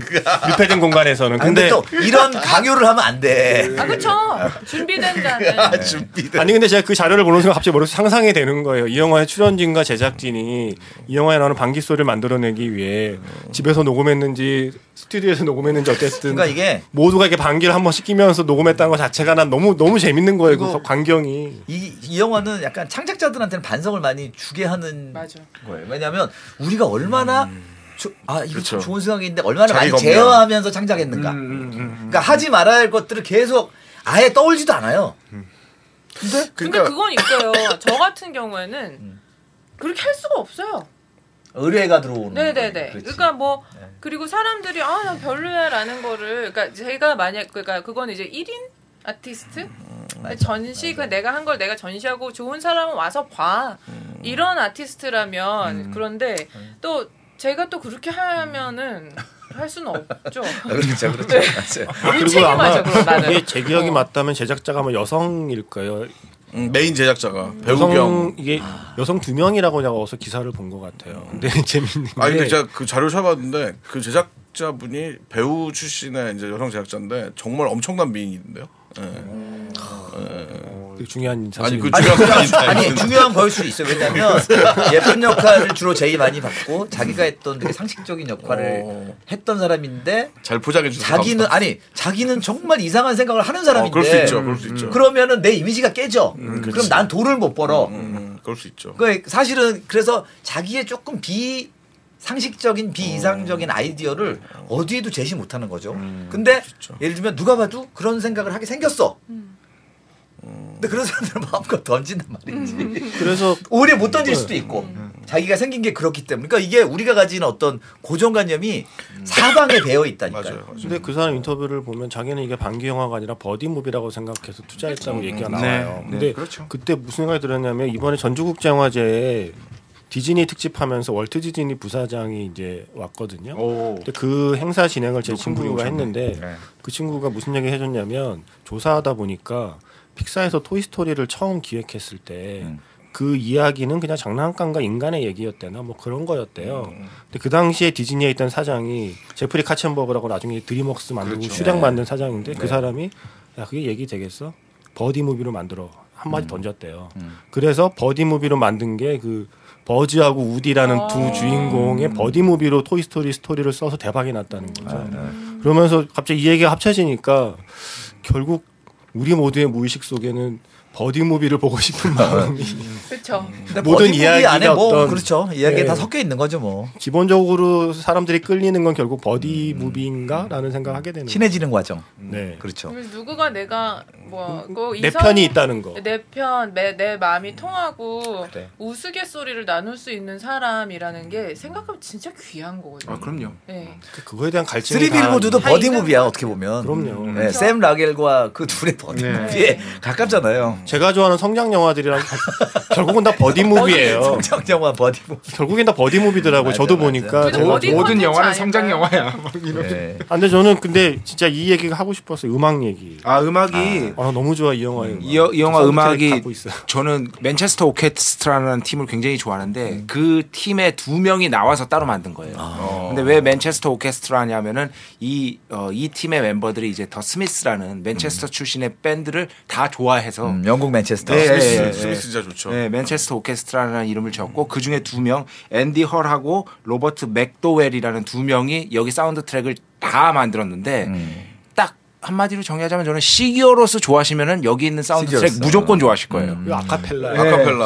S5: 밀폐된 공간에서는
S1: 아, 근데,
S5: 근데
S1: 또 이런 강요를 하면 안
S2: 음.
S1: 돼.
S4: 아 그쵸 준비된 자는
S1: 네.
S5: 아니 근데 제가 그 자료를 보는 순간 갑자기 머릿속 상상이 되는 거예요. 이 영화의 출연진과 제작진이 이 영화에 나오는 방귀 소리를 만들어내기 위해 집에서 녹음했는지 스튜디오에서 녹음했는지 어쨌든
S1: 그러니까 이게
S5: 모두가 이렇게 방귀를 한 번씩 끼면서 녹음했다는 것 자체가 난 너무 너무 재밌는 거예요. 그
S1: 그리고
S5: 광경이.
S1: 이, 이 영화는 약간 창작자들한테는 반성을 많이 주게 하는
S4: 맞아.
S1: 거예요. 왜냐하면 우리가 얼마나 조- 아 이거 참
S3: 음. 그렇죠.
S1: 좋은 생각인데 얼마나
S3: 자기
S1: 많이
S3: 검열. 음,
S1: 제어하면서 창작했는가. 그러니까 하지 말아야 할 것들을 계속 아예 떠올지도 않아요.
S4: 근데
S3: 그러니까
S4: 그건 있어요. 저 같은 경우에는 그렇게 할 수가 없어요.
S1: 의뢰가 들어오는.
S4: 네네네.
S1: 거예요.
S4: 그러니까 뭐 그리고 사람들이 아 나 별로야라는 거를 그러니까 제가 만약 그러니까 그건 이제 1인 아티스트 전시 그 내가 한 걸 내가 전시하고 좋은 사람은 와서 봐 이런 아티스트라면 그런데 또 제가 또 그렇게 하면은 할 수는 없죠.
S1: 그렇죠,
S4: 네.
S1: 그렇죠. 어. 맞아요.
S4: 일책임하죠 그럼 나는.
S5: 이게 제 기억이 맞다면 제작자가 아마 여성일 거예요.
S3: 음, 메인 제작자가
S5: 여성
S3: 배우경.
S5: 이게
S1: 아.
S5: 여성 두 명이라고 제가 어서 기사를 본 것 같아요. 근데 <laughs> 재밌는 게
S3: 아 근데 제가 그 자료 를 찾아봤는데 그 제작자분이 배우 출신의 이제 여성 제작자인데 정말 엄청난 미인인데요. 예.
S5: 되게 중요한
S3: 아니 <laughs>
S5: 사실.
S3: 그
S5: 그
S3: 중요한
S1: 아니 중요한 거일 수도 있어요.
S3: <laughs>
S1: 왜냐하면
S3: 그렇죠.
S1: 예쁜 역할을 주로 제일 많이 받고 자기가 했던 되게 상식적인 역할을
S3: 어.
S1: 했던 사람인데
S3: 잘 포장해 주셔서
S1: 자기는 아니 자기는 정말 이상한 생각을 하는 사람인데
S3: 어, 그럴 수 있죠. 그럴 수 있죠.
S1: 면은내 이미지가 깨져. 그럼 난 돈을 못 벌어.
S3: 음, 그럴 수 있죠.
S1: 그러니까 사실은 그래서 자기의 조금 비 상식적인 비이상적인 아이디어를 어디에도 제시 못하는 거죠.
S5: 음,
S1: 근데
S5: 그렇죠.
S1: 예를 들면 누가 봐도 그런 생각을 하게 생겼어. 근데 그런 사람들은 마음껏 던진단 말이지.
S5: 그래서
S1: 오히려 못 던질 수도 있고 자기가 생긴 게 그렇기 때문에. 그러니까 이게 우리가 가진 어떤 고정관념이
S5: 음.
S1: 사방에 배어 있다니까요.
S3: 맞아요. 맞아요.
S5: 근데 그 사람 인터뷰를 보면 자기는 이게 반기 영화가 아니라 버디 무비라고 생각해서 투자했다고 얘기가 나와요.
S2: 네,
S5: 근데
S2: 그렇죠.
S5: 그때 무슨 생각이 들었냐면 이번에 전주국제영화제에 디즈니 특집하면서 월트 디즈니 부사장이 이제 왔거든요.
S2: 오.
S5: 근데 그 행사 진행을 제 친구가 했는데 그 친구가 무슨 얘기 해줬냐면 조사하다 보니까 픽사에서 토이스토리를 처음 기획했을 때
S1: 음.
S5: 그 이야기는 그냥 장난감과 인간의 얘기였대나 뭐 그런 거였대요. 근데 그 당시에 디즈니에 있던 사장이 제프리 카첸버그라고 나중에 드림웍스 만들고 슈렉 만든 사장인데 그 사람이 야 그게 얘기 되겠어? 버디 무비로 만들어 한마디 던졌대요. 그래서 버디 무비로 만든 게 그 버즈하고 우디라는
S4: 아.
S5: 두 주인공의 버디 무비로 토이 스토리 스토리를 써서 대박이 났다는 거죠.
S1: 아, 네.
S5: 그러면서 갑자기 이 얘기가 합쳐지니까 결국 우리 모두의 무의식 속에는 버디 무비를 보고
S1: 아,
S5: 싶은
S1: 네.
S5: 마음이
S4: 그렇죠.
S1: 근데
S5: 모든
S1: 버디 무비
S5: 이야기가
S1: 안에 뭐
S5: 어떤-
S1: 그렇죠. 이야기에
S5: 예.
S1: 다 섞여 있는 거죠, 뭐.
S5: 기본적으로 사람들이 끌리는 건 결국 버디 무비인가라는 생각하게 되는
S1: 친해지는 과정.
S5: 거예요. 네.
S1: 그렇죠.
S4: 그래서 누구가 내가 뭐그
S5: 음, 내 편이 있다는 거.
S4: 내편 내 내 마음이 통하고
S1: 그래.
S4: 우스갯소리를 나눌 수 있는 사람이라는
S5: 음.
S4: 게 생각하면 진짜 귀한 거거든요.
S2: 아 그럼요.
S4: 네.
S5: 그거에 대한 갈증이
S1: 스리빌보드도
S5: 다-
S1: 버디
S4: 다
S1: 무비야 어떻게 보면.
S5: 그럼요.
S1: 네, 샘 라겔과 그 둘의 버디 무비에 가깝잖아요.
S5: 제가 좋아하는 성장
S1: <laughs>
S5: 영화들이랑 결국은 다 버디 무비예요.
S1: 성장 영화 버디 무비.
S5: 결국엔 다 버디 무비더라고요.
S1: 맞아,
S5: 저도
S1: 맞아.
S5: 보니까
S4: 그래도
S5: 제가
S4: 어디-
S5: 뭐-
S2: 모든
S4: 컨텐츠
S2: 영화는
S4: 아닐까요?
S2: 성장 영화야. 막 이런.
S1: 네.
S5: 아, 근데 저는 근데 진짜 이 얘기가 하고 싶었어요. 음악 얘기.
S2: 아 음악이
S5: 아 너무 좋아 이 영화.
S2: 이, 여- 이 영화 음악이
S5: 갖고 있어.
S2: 저는 맨체스터 오케스트라라는 팀을 굉장히 좋아하는데
S5: 음.
S2: 그 팀의 두 명이 나와서 따로 만든 거예요.
S5: 아.
S2: 근데 왜 맨체스터 오케스트라냐면은 이, 어, 이 팀의 멤버들이 이제 더 스미스라는
S5: 음.
S2: 맨체스터 출신의 밴드를 다 좋아해서
S1: 음, 영국 맨체스터.
S2: 네,
S3: 스미스,
S2: 예, 예.
S3: 스미스 진짜
S1: 그렇죠.
S3: 좋죠.
S2: 네, 맨체스터 오케스트라라는 이름을 지었고 그 중에 두 명, 앤디 헐하고 로버트 맥도웰이라는 두 명이 여기 사운드 트랙을 다 만들었는데
S1: 음.
S2: 딱 한마디로 정리하자면 저는 시기어로스 좋아하시면은 여기 있는 사운드
S1: 시기어로스. 음.
S2: 트랙 무조건 좋아하실 거예요.
S5: 이거 그 아카펠라.
S3: 아카펠라.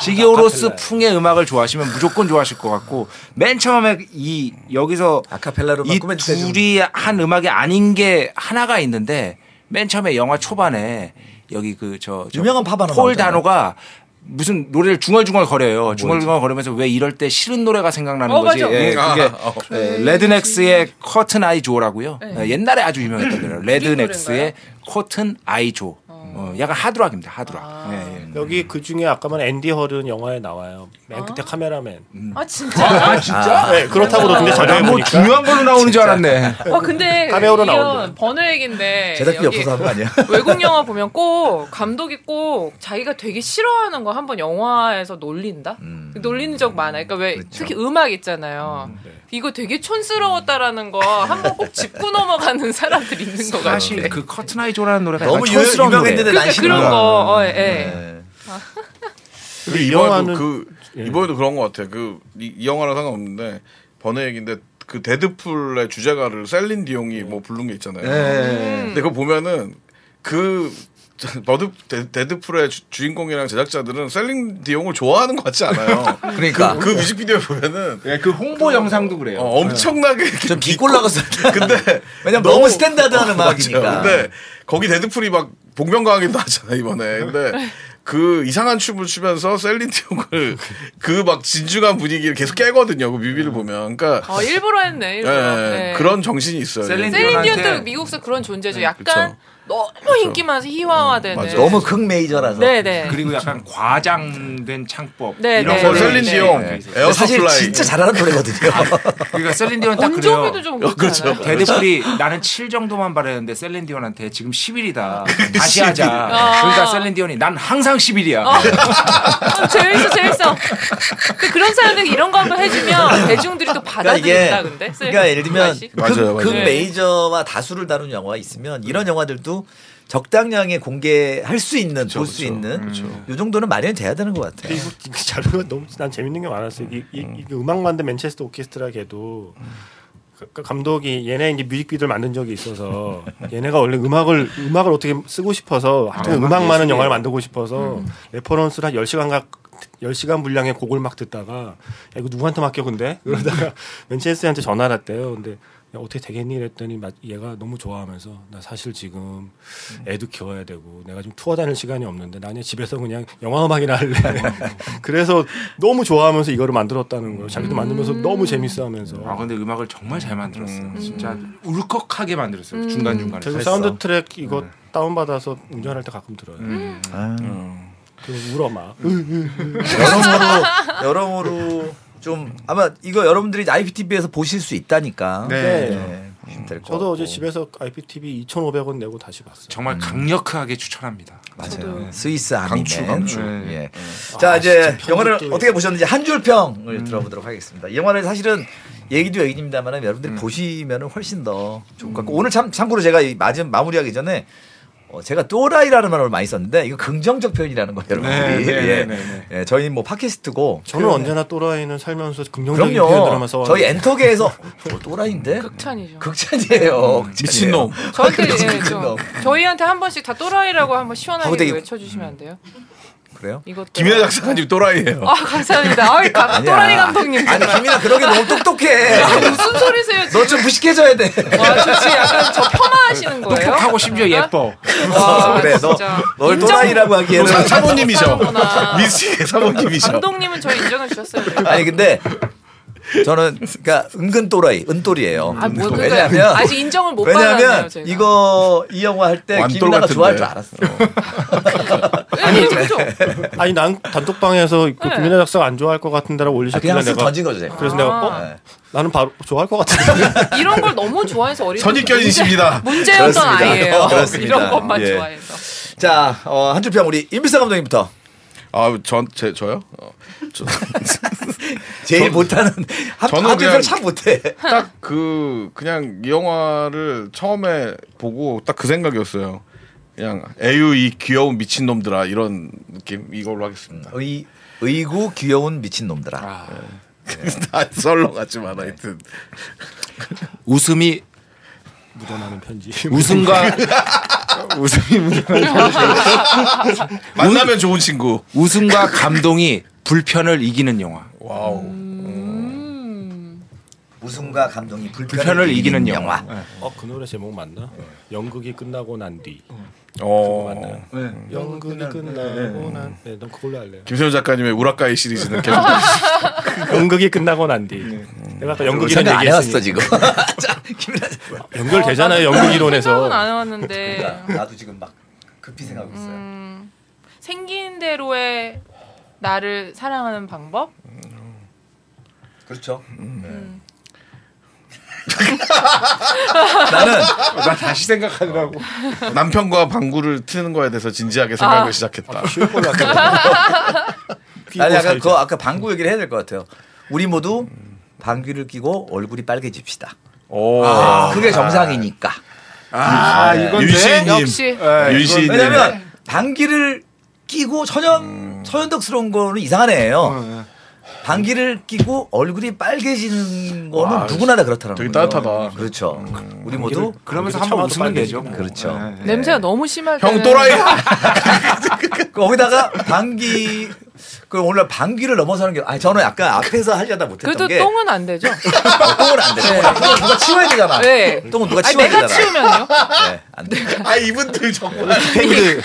S2: 시기오로스 풍의 음악을 좋아하시면 무조건 좋아하실 것 같고 맨 처음에 이 여기서
S1: 아카펠라로
S2: 이
S1: 바꾸면 되죠.
S2: 둘이 한 음악이 아닌 게 하나가 있는데 맨 처음에 영화 초반에 여기 그저
S1: 유명한 팝 하나
S2: 폴
S1: 나오잖아요.
S2: 단호가 무슨 노래를 중얼중얼 거려요. 중얼중얼 거리면서 왜 이럴 때 싫은 노래가 생각나는
S4: 어,
S2: 거지.
S4: 맞아.
S2: 어,
S1: 네,
S2: 예,
S3: 아,
S2: 그게
S3: 어.
S2: 예, 레드넥스의 커튼 아이 조라고요.
S4: 네. 그
S2: 예, 옛날에 아주
S4: <laughs>
S2: 유명했던 노래요. 레드넥스의
S4: 노래인가요?
S2: 커튼 아이 조. 어, 약간 하드락입니다. 하드락.
S4: 아.
S2: 예, 예.
S5: 여기 그 중에 아까 말한 앤디 허른 영화에 나와요. 맨 끝에 카메라맨.
S1: 음,
S2: 음.
S4: 아 진짜?
S5: 네, 그렇다고 그러던데 자료에
S2: 아, 뭐
S5: 보니까
S2: 중요한 걸로 나오는 줄 <laughs> 알았네.
S4: 아 근데
S5: <laughs> 카메오로
S4: 이건
S5: 나오는데.
S4: 번호 얘긴데
S1: 제작비
S4: 여기
S1: 없어서 한 거 아니야?
S4: 외국 영화 보면 꼭 감독이 꼭 자기가 되게 싫어하는 거 한번 영화에서 놀린다.
S1: 음.
S4: 놀리는 적 많아. 그러니까 왜
S1: 그렇죠.
S4: 특히 음악 있잖아요.
S1: 네.
S4: 이거 되게 촌스러웠다라는 거 한번 꼭 짚고 넘어가는 사람들이 있는 거 같아.
S2: 사실 그 커튼 아이 조라는 노래가
S1: 너무
S2: 약간
S1: 유-
S2: 촌스러운
S1: 유명했는데
S2: 노래예요.
S1: 난
S4: 그러니까 그런
S1: 싫어.
S4: 거. 어, 예. 예.
S1: 네.
S3: 그리고
S5: 이
S3: 이번에도
S5: 영화는-
S3: 그 이번에도 그런 것 같아. 그이 이 영화랑 상관없는데 번외 얘기인데 그 데드풀의 주제가를 셀린 디옹이 뭐 부른 게 있잖아요. 근데 그거 보면은 그 버드 데- 데드풀의 주, 주인공이랑 제작자들은 셀린 디옹을 좋아하는 것 같지 않아요.
S1: 그러니까.
S3: 그, 그 뮤직비디오 보면은
S2: 예, 그 홍보 영상도 그래요.
S3: 어, 엄청나게
S1: 좀 기꼴나갔어.
S3: 근데
S1: <laughs> 왜냐면 너무, 스탠다드한 음악이니까.
S3: 맞아요. 근데 거기 데드풀이 막 복면가왕에도 하잖아 이번에. 근데 그 이상한 춤을 추면서 셀린디옹을 그 막 진중한 분위기를 계속 깨거든요. 그 뮤비를 보면. 그러니까
S4: 어, 일부러 했네.
S3: 예,
S4: 일부러. 예.
S3: 그런 정신이 있어요. 예.
S2: 셀린
S4: 셀린
S2: 디온한테.
S4: 디온도
S1: 네.
S4: 미국에서 그런 존재죠. 약간
S3: 그쵸.
S4: 너무 인기 많아서 희화화되는.
S3: 맞아.
S1: 너무 그- 극 메이저라서.
S4: 네, 네.
S2: 그리고 약간 과장된 창법
S4: 네,
S2: 이런
S4: 네,
S2: 거
S4: 네, 셀린
S3: 셀린디옹 에어
S1: 사실
S3: 서플라이.
S1: 진짜 잘하는 노래거든요.
S2: 그러니까 셀린 디온 딱 그래요.
S4: 원조비도 좀 그렇잖아요.
S2: 데드풀이 나는 7 정도만 바랬는데 셀린 디온한테 지금 <laughs> 10일이다. 다시 하자.
S4: 아.
S2: 그러니까 셀린 디온이 난 항상 10일이야.
S4: 어, 재밌어, 재밌어. 근데 그런 사람들 이런 거 한번 해주면 대중들이 또 받아들인다. 근데
S1: 그러니까 예를 들면
S4: 다시.
S1: 극,
S3: 맞아요, 음.
S1: 극
S4: 맞아요.
S1: 메이저와 다수를 다룬 영화가 있으면 이런 영화들도 적당량에 공개할 수 있는 볼 수 있는 요 정도는 마련이 돼야 되는 것 같아요.
S5: 그리고 이 자료가 너무 난 재밌는 게 많았어요. 이, 이, 이 음악 만든 맨체스터 오케스트라 걔도
S2: 음.
S5: 그- 그 감독이 얘네 이제 뮤직비디오를 만든 적이 있어서 얘네가 원래 음악을 음악을 어떻게 쓰고 싶어서 하여튼
S2: 아, 음악
S5: 음악 많은
S2: 예술이에요. 음,
S5: 영화를 만들고 싶어서 레퍼런스를 한 10시간 각 10시간 분량의 곡을 막 듣다가 야, 이거 누구한테 맡겨 근데 그러다가 <laughs> 맨체스터한테 전화를 했대요. 근데 야, 어떻게 되겠니 그랬더니 막 얘가 너무 좋아하면서 나 사실 지금
S2: 음.
S5: 애도 키워야 되고 내가 지금 투어 다닐 시간이 없는데 나 그냥 집에서 그냥 영화
S2: <laughs>
S5: 음악이나 할래. 그래서 너무 좋아하면서 이거를 만들었다는 거예요. 자기도 만들면서 너무 재밌어 하면서.
S2: 음. 아 근데 음악을 정말 잘 만들었어요. 진짜 울컥하게 만들었어요.
S4: 음.
S2: 중간 중간에.
S5: 저도 사운드 트랙 이거
S1: 음.
S5: 다운 받아서 운전할 때 가끔 들어요.
S3: 음.
S1: 아유.
S5: 그래서 울어 막.
S1: 음. 여러모로 여러모로 좀 아마 이거 여러분들이 IPTV에서 보실 수 있다니까.
S5: 네.
S1: 보시면 될것
S5: 저도 어제
S1: 같고.
S5: 집에서 IPTV 2,500원 내고 다시 봤어요.
S2: 정말 강력하게 추천합니다.
S1: 맞아요. 스위스 아미맨.
S3: 강추, 강추.
S1: 음, 예.
S5: 아,
S1: 자 이제
S5: 진짜
S1: 영화를
S5: 편집도-
S1: 어떻게 보셨는지 한 줄 평을 들어보도록 하겠습니다. 이 영화를 사실은 얘기도 얘기입니다만 여러분들이 보시면 훨씬 더 좋을 것 같고 오늘 참 참고로 제가 이 마지막 마무리하기 전에 어, 제가 또라이라는 말을 많이 썼는데 이거 긍정적 표현이라는 거예요, 여러분들이.
S2: 네, 네,
S1: 예.
S2: 네, 네,
S1: 예, 저희 뭐 팟캐스트고
S5: 저는 언제나 또라이는 살면서 긍정적인
S1: 그럼요.
S5: 표현들만 써왔는데
S1: 저희 엔터계에서 어, 또라이인데
S4: 그 극찬이죠.
S1: 극찬이에요. 극찬이에요.
S3: 미친놈.
S4: 저한테
S1: 그 그래서
S4: 예,
S1: 그런 어,
S4: 좀
S1: 놈.
S4: 저희한테 한 번씩 다 또라이라고 한번
S1: 아우,
S4: 시원하게
S1: 되게-
S4: 외쳐주시면 안 돼요?
S1: 그래요?
S4: 이것도
S3: 김연아 작사가님 또라이예요.
S4: 아 감사합니다. 아이 가-
S1: 아니야.
S4: 또라이 감독님.
S1: 아니 김이나 그러게 너무 똑똑해.
S4: 무슨 소리세요 지금?
S1: 너 좀 무식해져야 돼.
S4: 와, 좋지. 약간 저
S2: <laughs>
S4: 폄하하시는 거예요?
S2: 똑똑하고 심지어 예뻐.
S4: 와,
S1: 아, 그래 너,
S4: 진짜.
S1: 널
S4: 인정-
S1: 또라이라고 하기에는
S3: 사- 사모님이셔.
S4: 사람구나.
S3: 미스의 사모님이셔.
S4: 감독님은 저 인정해 주셨어요. 그래도.
S1: 아니 근데 저는 그러니까 은근 또라이 은돌이에요.
S4: 아, 뭐, 그러니까
S1: 왜냐하면
S4: 아직 인정을 못 받았네요.
S1: 왜냐하면
S4: 제가.
S1: 이거 이 영화 할 때
S3: 완돌
S1: 김이나가
S3: 같은데.
S1: 좋아할 줄 알았어.
S4: 아니, 그죠?
S5: 아니 난
S4: <laughs>
S5: 단톡방에서 그
S4: 네.
S5: 김민아 작사가 안 좋아할 것 같은데라
S1: 아,
S5: 올리셨길래
S1: 그냥 쓱
S5: 내가
S1: 던진 거죠. 제가.
S5: 그래서
S4: 아.
S5: 내가 어?
S1: 네.
S5: 나는 바로 좋아할 것
S1: <laughs>
S5: 같은데
S4: 이런 걸 너무 좋아해서 어린
S3: 선입견이십니다.
S4: 문제였던
S1: <laughs> 그렇습니다.
S4: 아이예요.
S1: 그렇습니다.
S4: 이런 것만
S1: 예.
S4: 좋아해서.
S1: 자, 어, 한줄평 우리 임필사 감독님부터
S3: 아, 전, 제, 저요? 어, 저,
S1: 제일 못하는
S3: 저는
S1: 한줄평
S3: 그냥-
S1: 참 못해.
S3: 딱 그, 그냥 이 영화를 처음에 보고 딱 그 생각이었어요. 그냥, 에유, 이 귀여운 미친놈들아. 이런 느낌. 이걸로 하겠습니다.
S1: 의 의구 귀여운 미친 놈들아.
S3: 다 아, 썰렁하지만 하여튼.
S2: 웃음이
S5: 묻어나는 편지
S2: <laughs> 웃음과 웃음이 묻어나는
S3: 만나면 좋은 친구.
S2: 웃음과 감동이 불편을 이기는 영화.
S3: 와우.
S1: 웃음과 감동이 불편을,
S2: 불편을 이기는 영화.
S5: 어그 노래 제목 맞나?
S1: 네.
S5: 연극이 끝나고 난뒤
S3: 어.
S1: 네.
S5: 네. 연극이 끝나고 난 네, 넌 그걸로 할래요
S3: 김세호 작가님의 우라카이 시리즈는 <laughs> 계속
S5: 연극이 끝나고 난뒤 내가 아까 연극이라는
S1: 네. 음. 생각 안 해왔어
S5: 얘기했으니
S1: 지금. <laughs> 자, 김이나 작가.
S4: 나도
S5: 연결되잖아요 연극
S4: 생각은 안
S5: 이론에서
S4: 해왔는데
S1: 나도 지금 막 급히 생각하고 있어요.
S4: 생긴 대로의 나를 사랑하는 방법?
S1: 그렇죠.
S3: 음.
S1: 나는
S2: 나 아, 다시 생각하느라고.
S3: 남편과 방구를 트는 거에 대해서 진지하게
S1: 아.
S3: 생각을 시작했다.
S5: 쉬울 걸로 <laughs> 할까
S1: 아니 아까 그 아까 방구 얘기를 해야 될 것 같아요. 우리 모두 방귀를 끼고 얼굴이 빨개집시다.
S3: 오.
S1: 그게 정상이니까.
S2: 아, 이건
S3: 어, 유시님. 네,
S4: 역시.
S1: 예.
S3: 유시님. 네.
S1: 왜냐면 방귀를 끼고
S3: 음.
S1: 천연 천연덕스러운 거는 이상한
S3: 네,
S1: 애예요. 방귀를 끼고 얼굴이 빨개지는 거는 누구나 다 그렇다는 거예요.
S3: 아, 되게 따뜻하다. 음.
S1: 그렇죠. 우리 모두
S2: 그러면서 한번 웃으면 되죠. 뭐.
S1: 그렇죠.
S4: 냄새가 너무 심할 때는
S3: 네, 형 또라이야.
S1: <laughs> 거기다가 방귀 그 오늘 방귀를 넘어서는 게 아니 저는 약간 앞에서 하려다 못했던
S4: 그래도
S1: 게
S4: 똥은 안 되죠.
S1: 아, 똥을 안 돼. 똥을 누가 치워야 되잖아.
S4: 네.
S1: 똥은 누가
S4: 아니
S1: 치워야
S4: 내가
S1: 되잖아.
S4: 치우면요.
S1: 네, 안 돼.
S3: 아 이분들 정말.
S5: 디펜드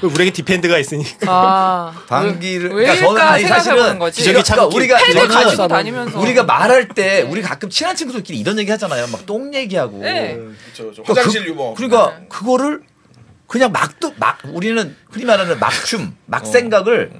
S5: 그 우리에게 디펜드가 있으니까
S1: <laughs>
S4: 아
S1: 방귀를
S4: 왜
S1: 그러니까 저는
S4: 일까
S1: 아니 사실은
S4: 생각해보는 거지.
S1: 그러니까
S5: 기저귀
S1: 우리가
S4: 팬을
S1: 저는
S4: 가지고 다니면서.
S1: 우리가 말할 때 우리 가끔 친한 친구들끼리 이런 얘기 하잖아요. 막 똥 얘기하고.
S4: 네.
S1: 그러니까 그- 그러니까 그거를 그냥 막도 막 우리는 흔히 말하는 막춤, 막 생각을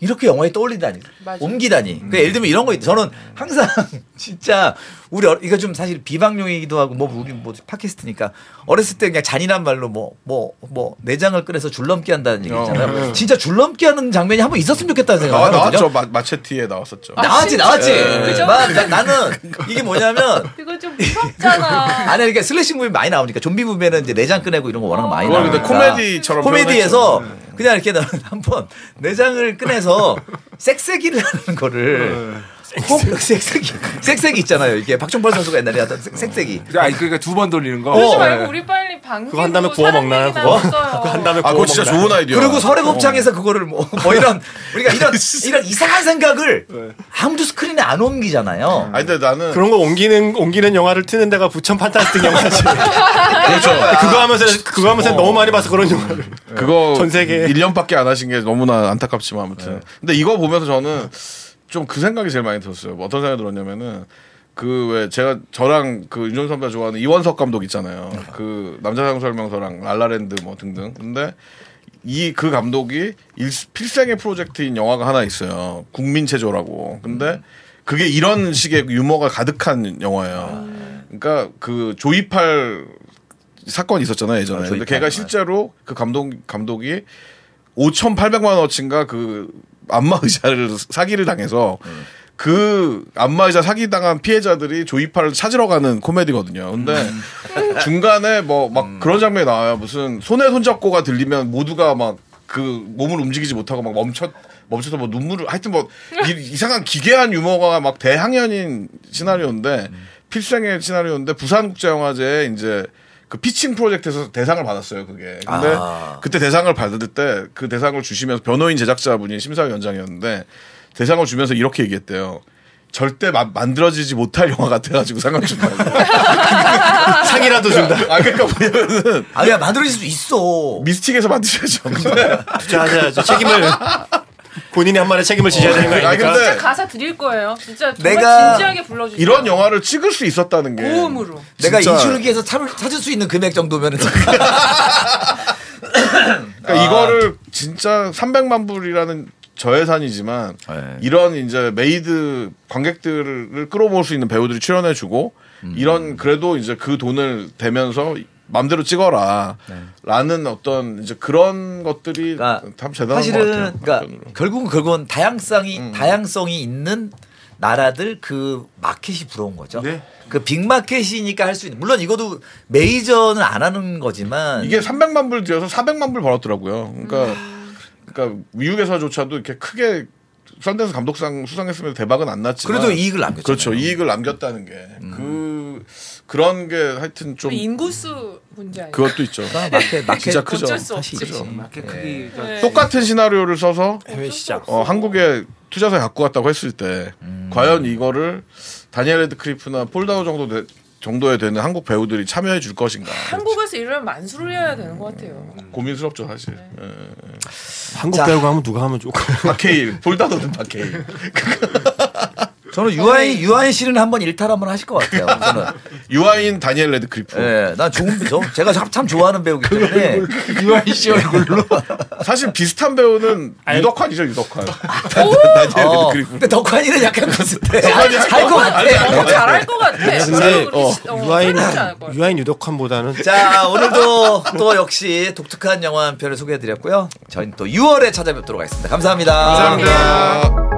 S1: 이렇게 영화에 떠올리다니,
S4: 어. 맞아요.
S1: 옮기다니. 그러니까 예를 들면 이런 거 있- 저는 항상 <laughs> 진짜 우리 어- 이거 좀 사실 비방용이기도 하고 뭐 우리 뭐 팟캐스트니까 어렸을 때 그냥 잔인한 말로 뭐 뭐 뭐 내장을 끓여서 줄넘기 한다는 얘기
S4: 어.
S1: 있잖아요. 진짜 줄넘기 하는 장면이 한 번 있었으면 좋겠다는
S3: 아,
S1: 생각을
S3: 나왔죠.
S1: 하거든요.
S3: 마, 마체티에 나왔었죠.
S1: 나왔지, 나왔지.
S4: 네. 그죠?
S1: 나- 나- 나는 이게 뭐냐면
S4: 그거 좀 무섭잖아.
S1: <laughs> 아니 그러니까 슬래시 무비 많이 나오니까 좀비 무비는 이제 내장 꺼내고 이런 거 워낙 많이
S3: 그걸
S1: 나오니까
S3: 근데 코미디처럼
S1: 코미디에서 네. 그냥 이렇게 나는 <laughs> 한번 내장을 꺼내서 섹세기를 하는 거를
S3: 네.
S1: 꼭 섹세기 섹세기 있잖아요 이게 박종벌 선수가 옛날에 하던 섹- 섹세기
S2: 아니 그러니까 두 번 돌리는 거.
S4: 그러지
S1: 어.
S4: 말고 우리 빨리 방귀
S5: 그거 한 다음에 구워 먹나요 그거? 그거 한 다음에
S3: 아,
S5: 구워
S3: 그거 진짜
S5: 먹나요?
S3: 좋은 아이디어. 네.
S1: 그리고 설해곱창에서 그거를 뭐, 뭐 이런 우리가
S3: <laughs>
S1: 이런 이런 이상한 생각을 아무도 스크린에 안 옮기잖아요.
S3: 아니 근데 나는
S5: 그런 거 옮기는 옮기는 영화를 트는 데가 부천 판타스틱 영화지. <laughs>
S1: 그렇죠.
S5: 그거 하면서 그거 하면서 너무 많이 봐서 그런 영화를.
S3: 그거
S5: 네. 전 세계. 네.
S3: 1년밖에 안 하신 게 너무나 안타깝지만 아무튼. 근데 이거 보면서 저는 좀 그 생각이 제일 많이 들었어요. 뭐 어떤 생각이 들었냐면은 그 왜 제가 저랑 그 윤종 선배 좋아하는 이원석 감독 있잖아요.
S5: 네.
S3: 그 남자상 설명서랑 랄라랜드 뭐 등등. 근데 이 그 감독이 일, 필생의 프로젝트인 영화가 하나 있어요. 국민체조라고. 근데 그게 이런 식의 유머가 가득한 영화예요.
S1: 아.
S3: 그러니까 그 조이팔 사건이 있었잖아요 예전에.
S1: 아,
S3: 근데
S1: 조이팔.
S3: 걔가 실제로 그 감독 감독이 5,800만 원어치인가 그 안마 의자를 사기를 당해서 그 안마 의자 사기 당한 피해자들이 조이팔을 찾으러 가는 코미디거든요. 근데 중간에 뭐 막 그런 장면이 나와요. 무슨 손에 손잡고가 들리면 모두가 막 그 몸을 움직이지 못하고 막 멈췄 멈춰서 뭐 눈물을 하여튼 뭐 이- 이상한 기괴한 유머가 막 대항연인 시나리오인데 필생의 시나리오인데 부산국제영화제에 이제 그 피칭 프로젝트에서 대상을 받았어요 그게. 근데
S1: 아.
S3: 그때 대상을 받을 때 그 대상을 주시면서 변호인 제작자분이 심사위원장이었는데 대상을 주면서 이렇게 얘기했대요. 절대 마- 만들어지지 못할 영화 같아가지고 상을 준다고.
S4: <laughs>
S6: 상이라도
S5: <laughs>
S6: 준다.
S3: 아 그러니까 뭐냐면은
S1: 아야 만들어질 수도 있어.
S3: 미스틱에서 만드셔야죠. 아, 근데
S6: 투자하셔야죠. 책임을 본인이 한 말에 책임을 지셔야 되는 거
S3: 아니,
S6: 아닙니까?
S3: 근데
S5: 네.
S4: 진짜 가사 드릴 거예요. 진짜 정말
S1: 내가
S4: 진지하게 불러주세요.
S3: 이런 영화를 찍을 수 있었다는 게
S4: 고음으로.
S1: 내가
S3: 진짜.
S1: 이출기에서 찾을, 찾을 수 있는 금액
S3: <laughs>
S1: 정도면은
S3: 그러니까
S1: 아.
S3: 이거를 진짜 300만 불이라는 저예산이지만
S1: 네.
S3: 이런 이제 메이드 관객들을 끌어모을 수 있는 배우들이 출연해주고
S1: 음.
S3: 이런 그래도 이제 그 돈을 대면서 맘대로 찍어라라는 어떤 이제 그런 것들이
S1: 네. 그러니까
S3: 참 대단한 것 같아요.
S1: 사실은 그러니까
S3: 한편으로. 음.
S1: 결국은 결국은 다양성이 다양성이 있는 나라들 그 마켓이 부러운 거죠.
S3: 네.
S1: 그 빅마켓이니까 할 수 있는 물론 이것도 메이저는 안 하는 거지만
S3: 이게 300만 불 들여서 400만 불 벌었더라고요. 그러니까 그러니까 미국에서조차도 이렇게 크게 썬댄스 감독상 수상했으면 대박은 안 났지만
S1: 그래도 이익을 남겼죠. 음.
S3: 그렇죠. 이익을 남겼다는 게. 그, 그런 게 하여튼 좀.
S4: 우리 인구수 문제 아니에요?
S3: 그것도 있죠.
S1: 그러니까 마켓 마켓
S3: <laughs> 진짜 크죠.
S4: 어쩔 수 없지.
S1: 사실이죠.
S2: 마켓 음, 크기가
S4: 네.
S3: 똑같은 시나리오를 써서
S6: 해외 시장.
S3: 어, 한국에 투자사 갖고 왔다고 했을 때, 과연 이거를 다니엘 레드크리프나 폴다우 정도 되, 정도에 되는 한국 배우들이 참여해 줄 것인가.
S4: 한국에서 이러면 만수를 해야 되는 것 같아요.
S3: 고민스럽죠, 사실.
S4: 네.
S3: 예.
S5: 한국
S1: 자.
S5: 배우가 하면 누가 하면 좋고
S3: 박해일, 폴다우든 박해일.
S1: 저는 유아인 유아인 씨는 한번 일탈 한번 하실 것 같아요.
S3: 어.
S1: 저는
S3: 유아인 다니엘 레드크리프.
S1: 예, 난 좋은 저, 제가 참- 참 좋아하는 배우기 때문에 어,
S6: 유아인 씨 얼굴로.
S3: 사실 비슷한 배우는 유덕환이죠, 유덕환. 다니엘
S1: 어,
S3: 레드크리프.
S1: 근데 덕환이는 약간 비슷해. 할것
S4: 더
S1: 같아.
S4: 잘할 것 같아. 근데
S5: 네. 어, 유아인
S4: 어, 뭐 않을 거야.
S5: 유아인 유덕환보다는
S1: 자, 오늘도 또 역시 독특한 영화 한 편을 소개해드렸고요. 저희는 또 6월에 찾아뵙도록 하겠습니다. 감사합니다.
S3: 감사합니다.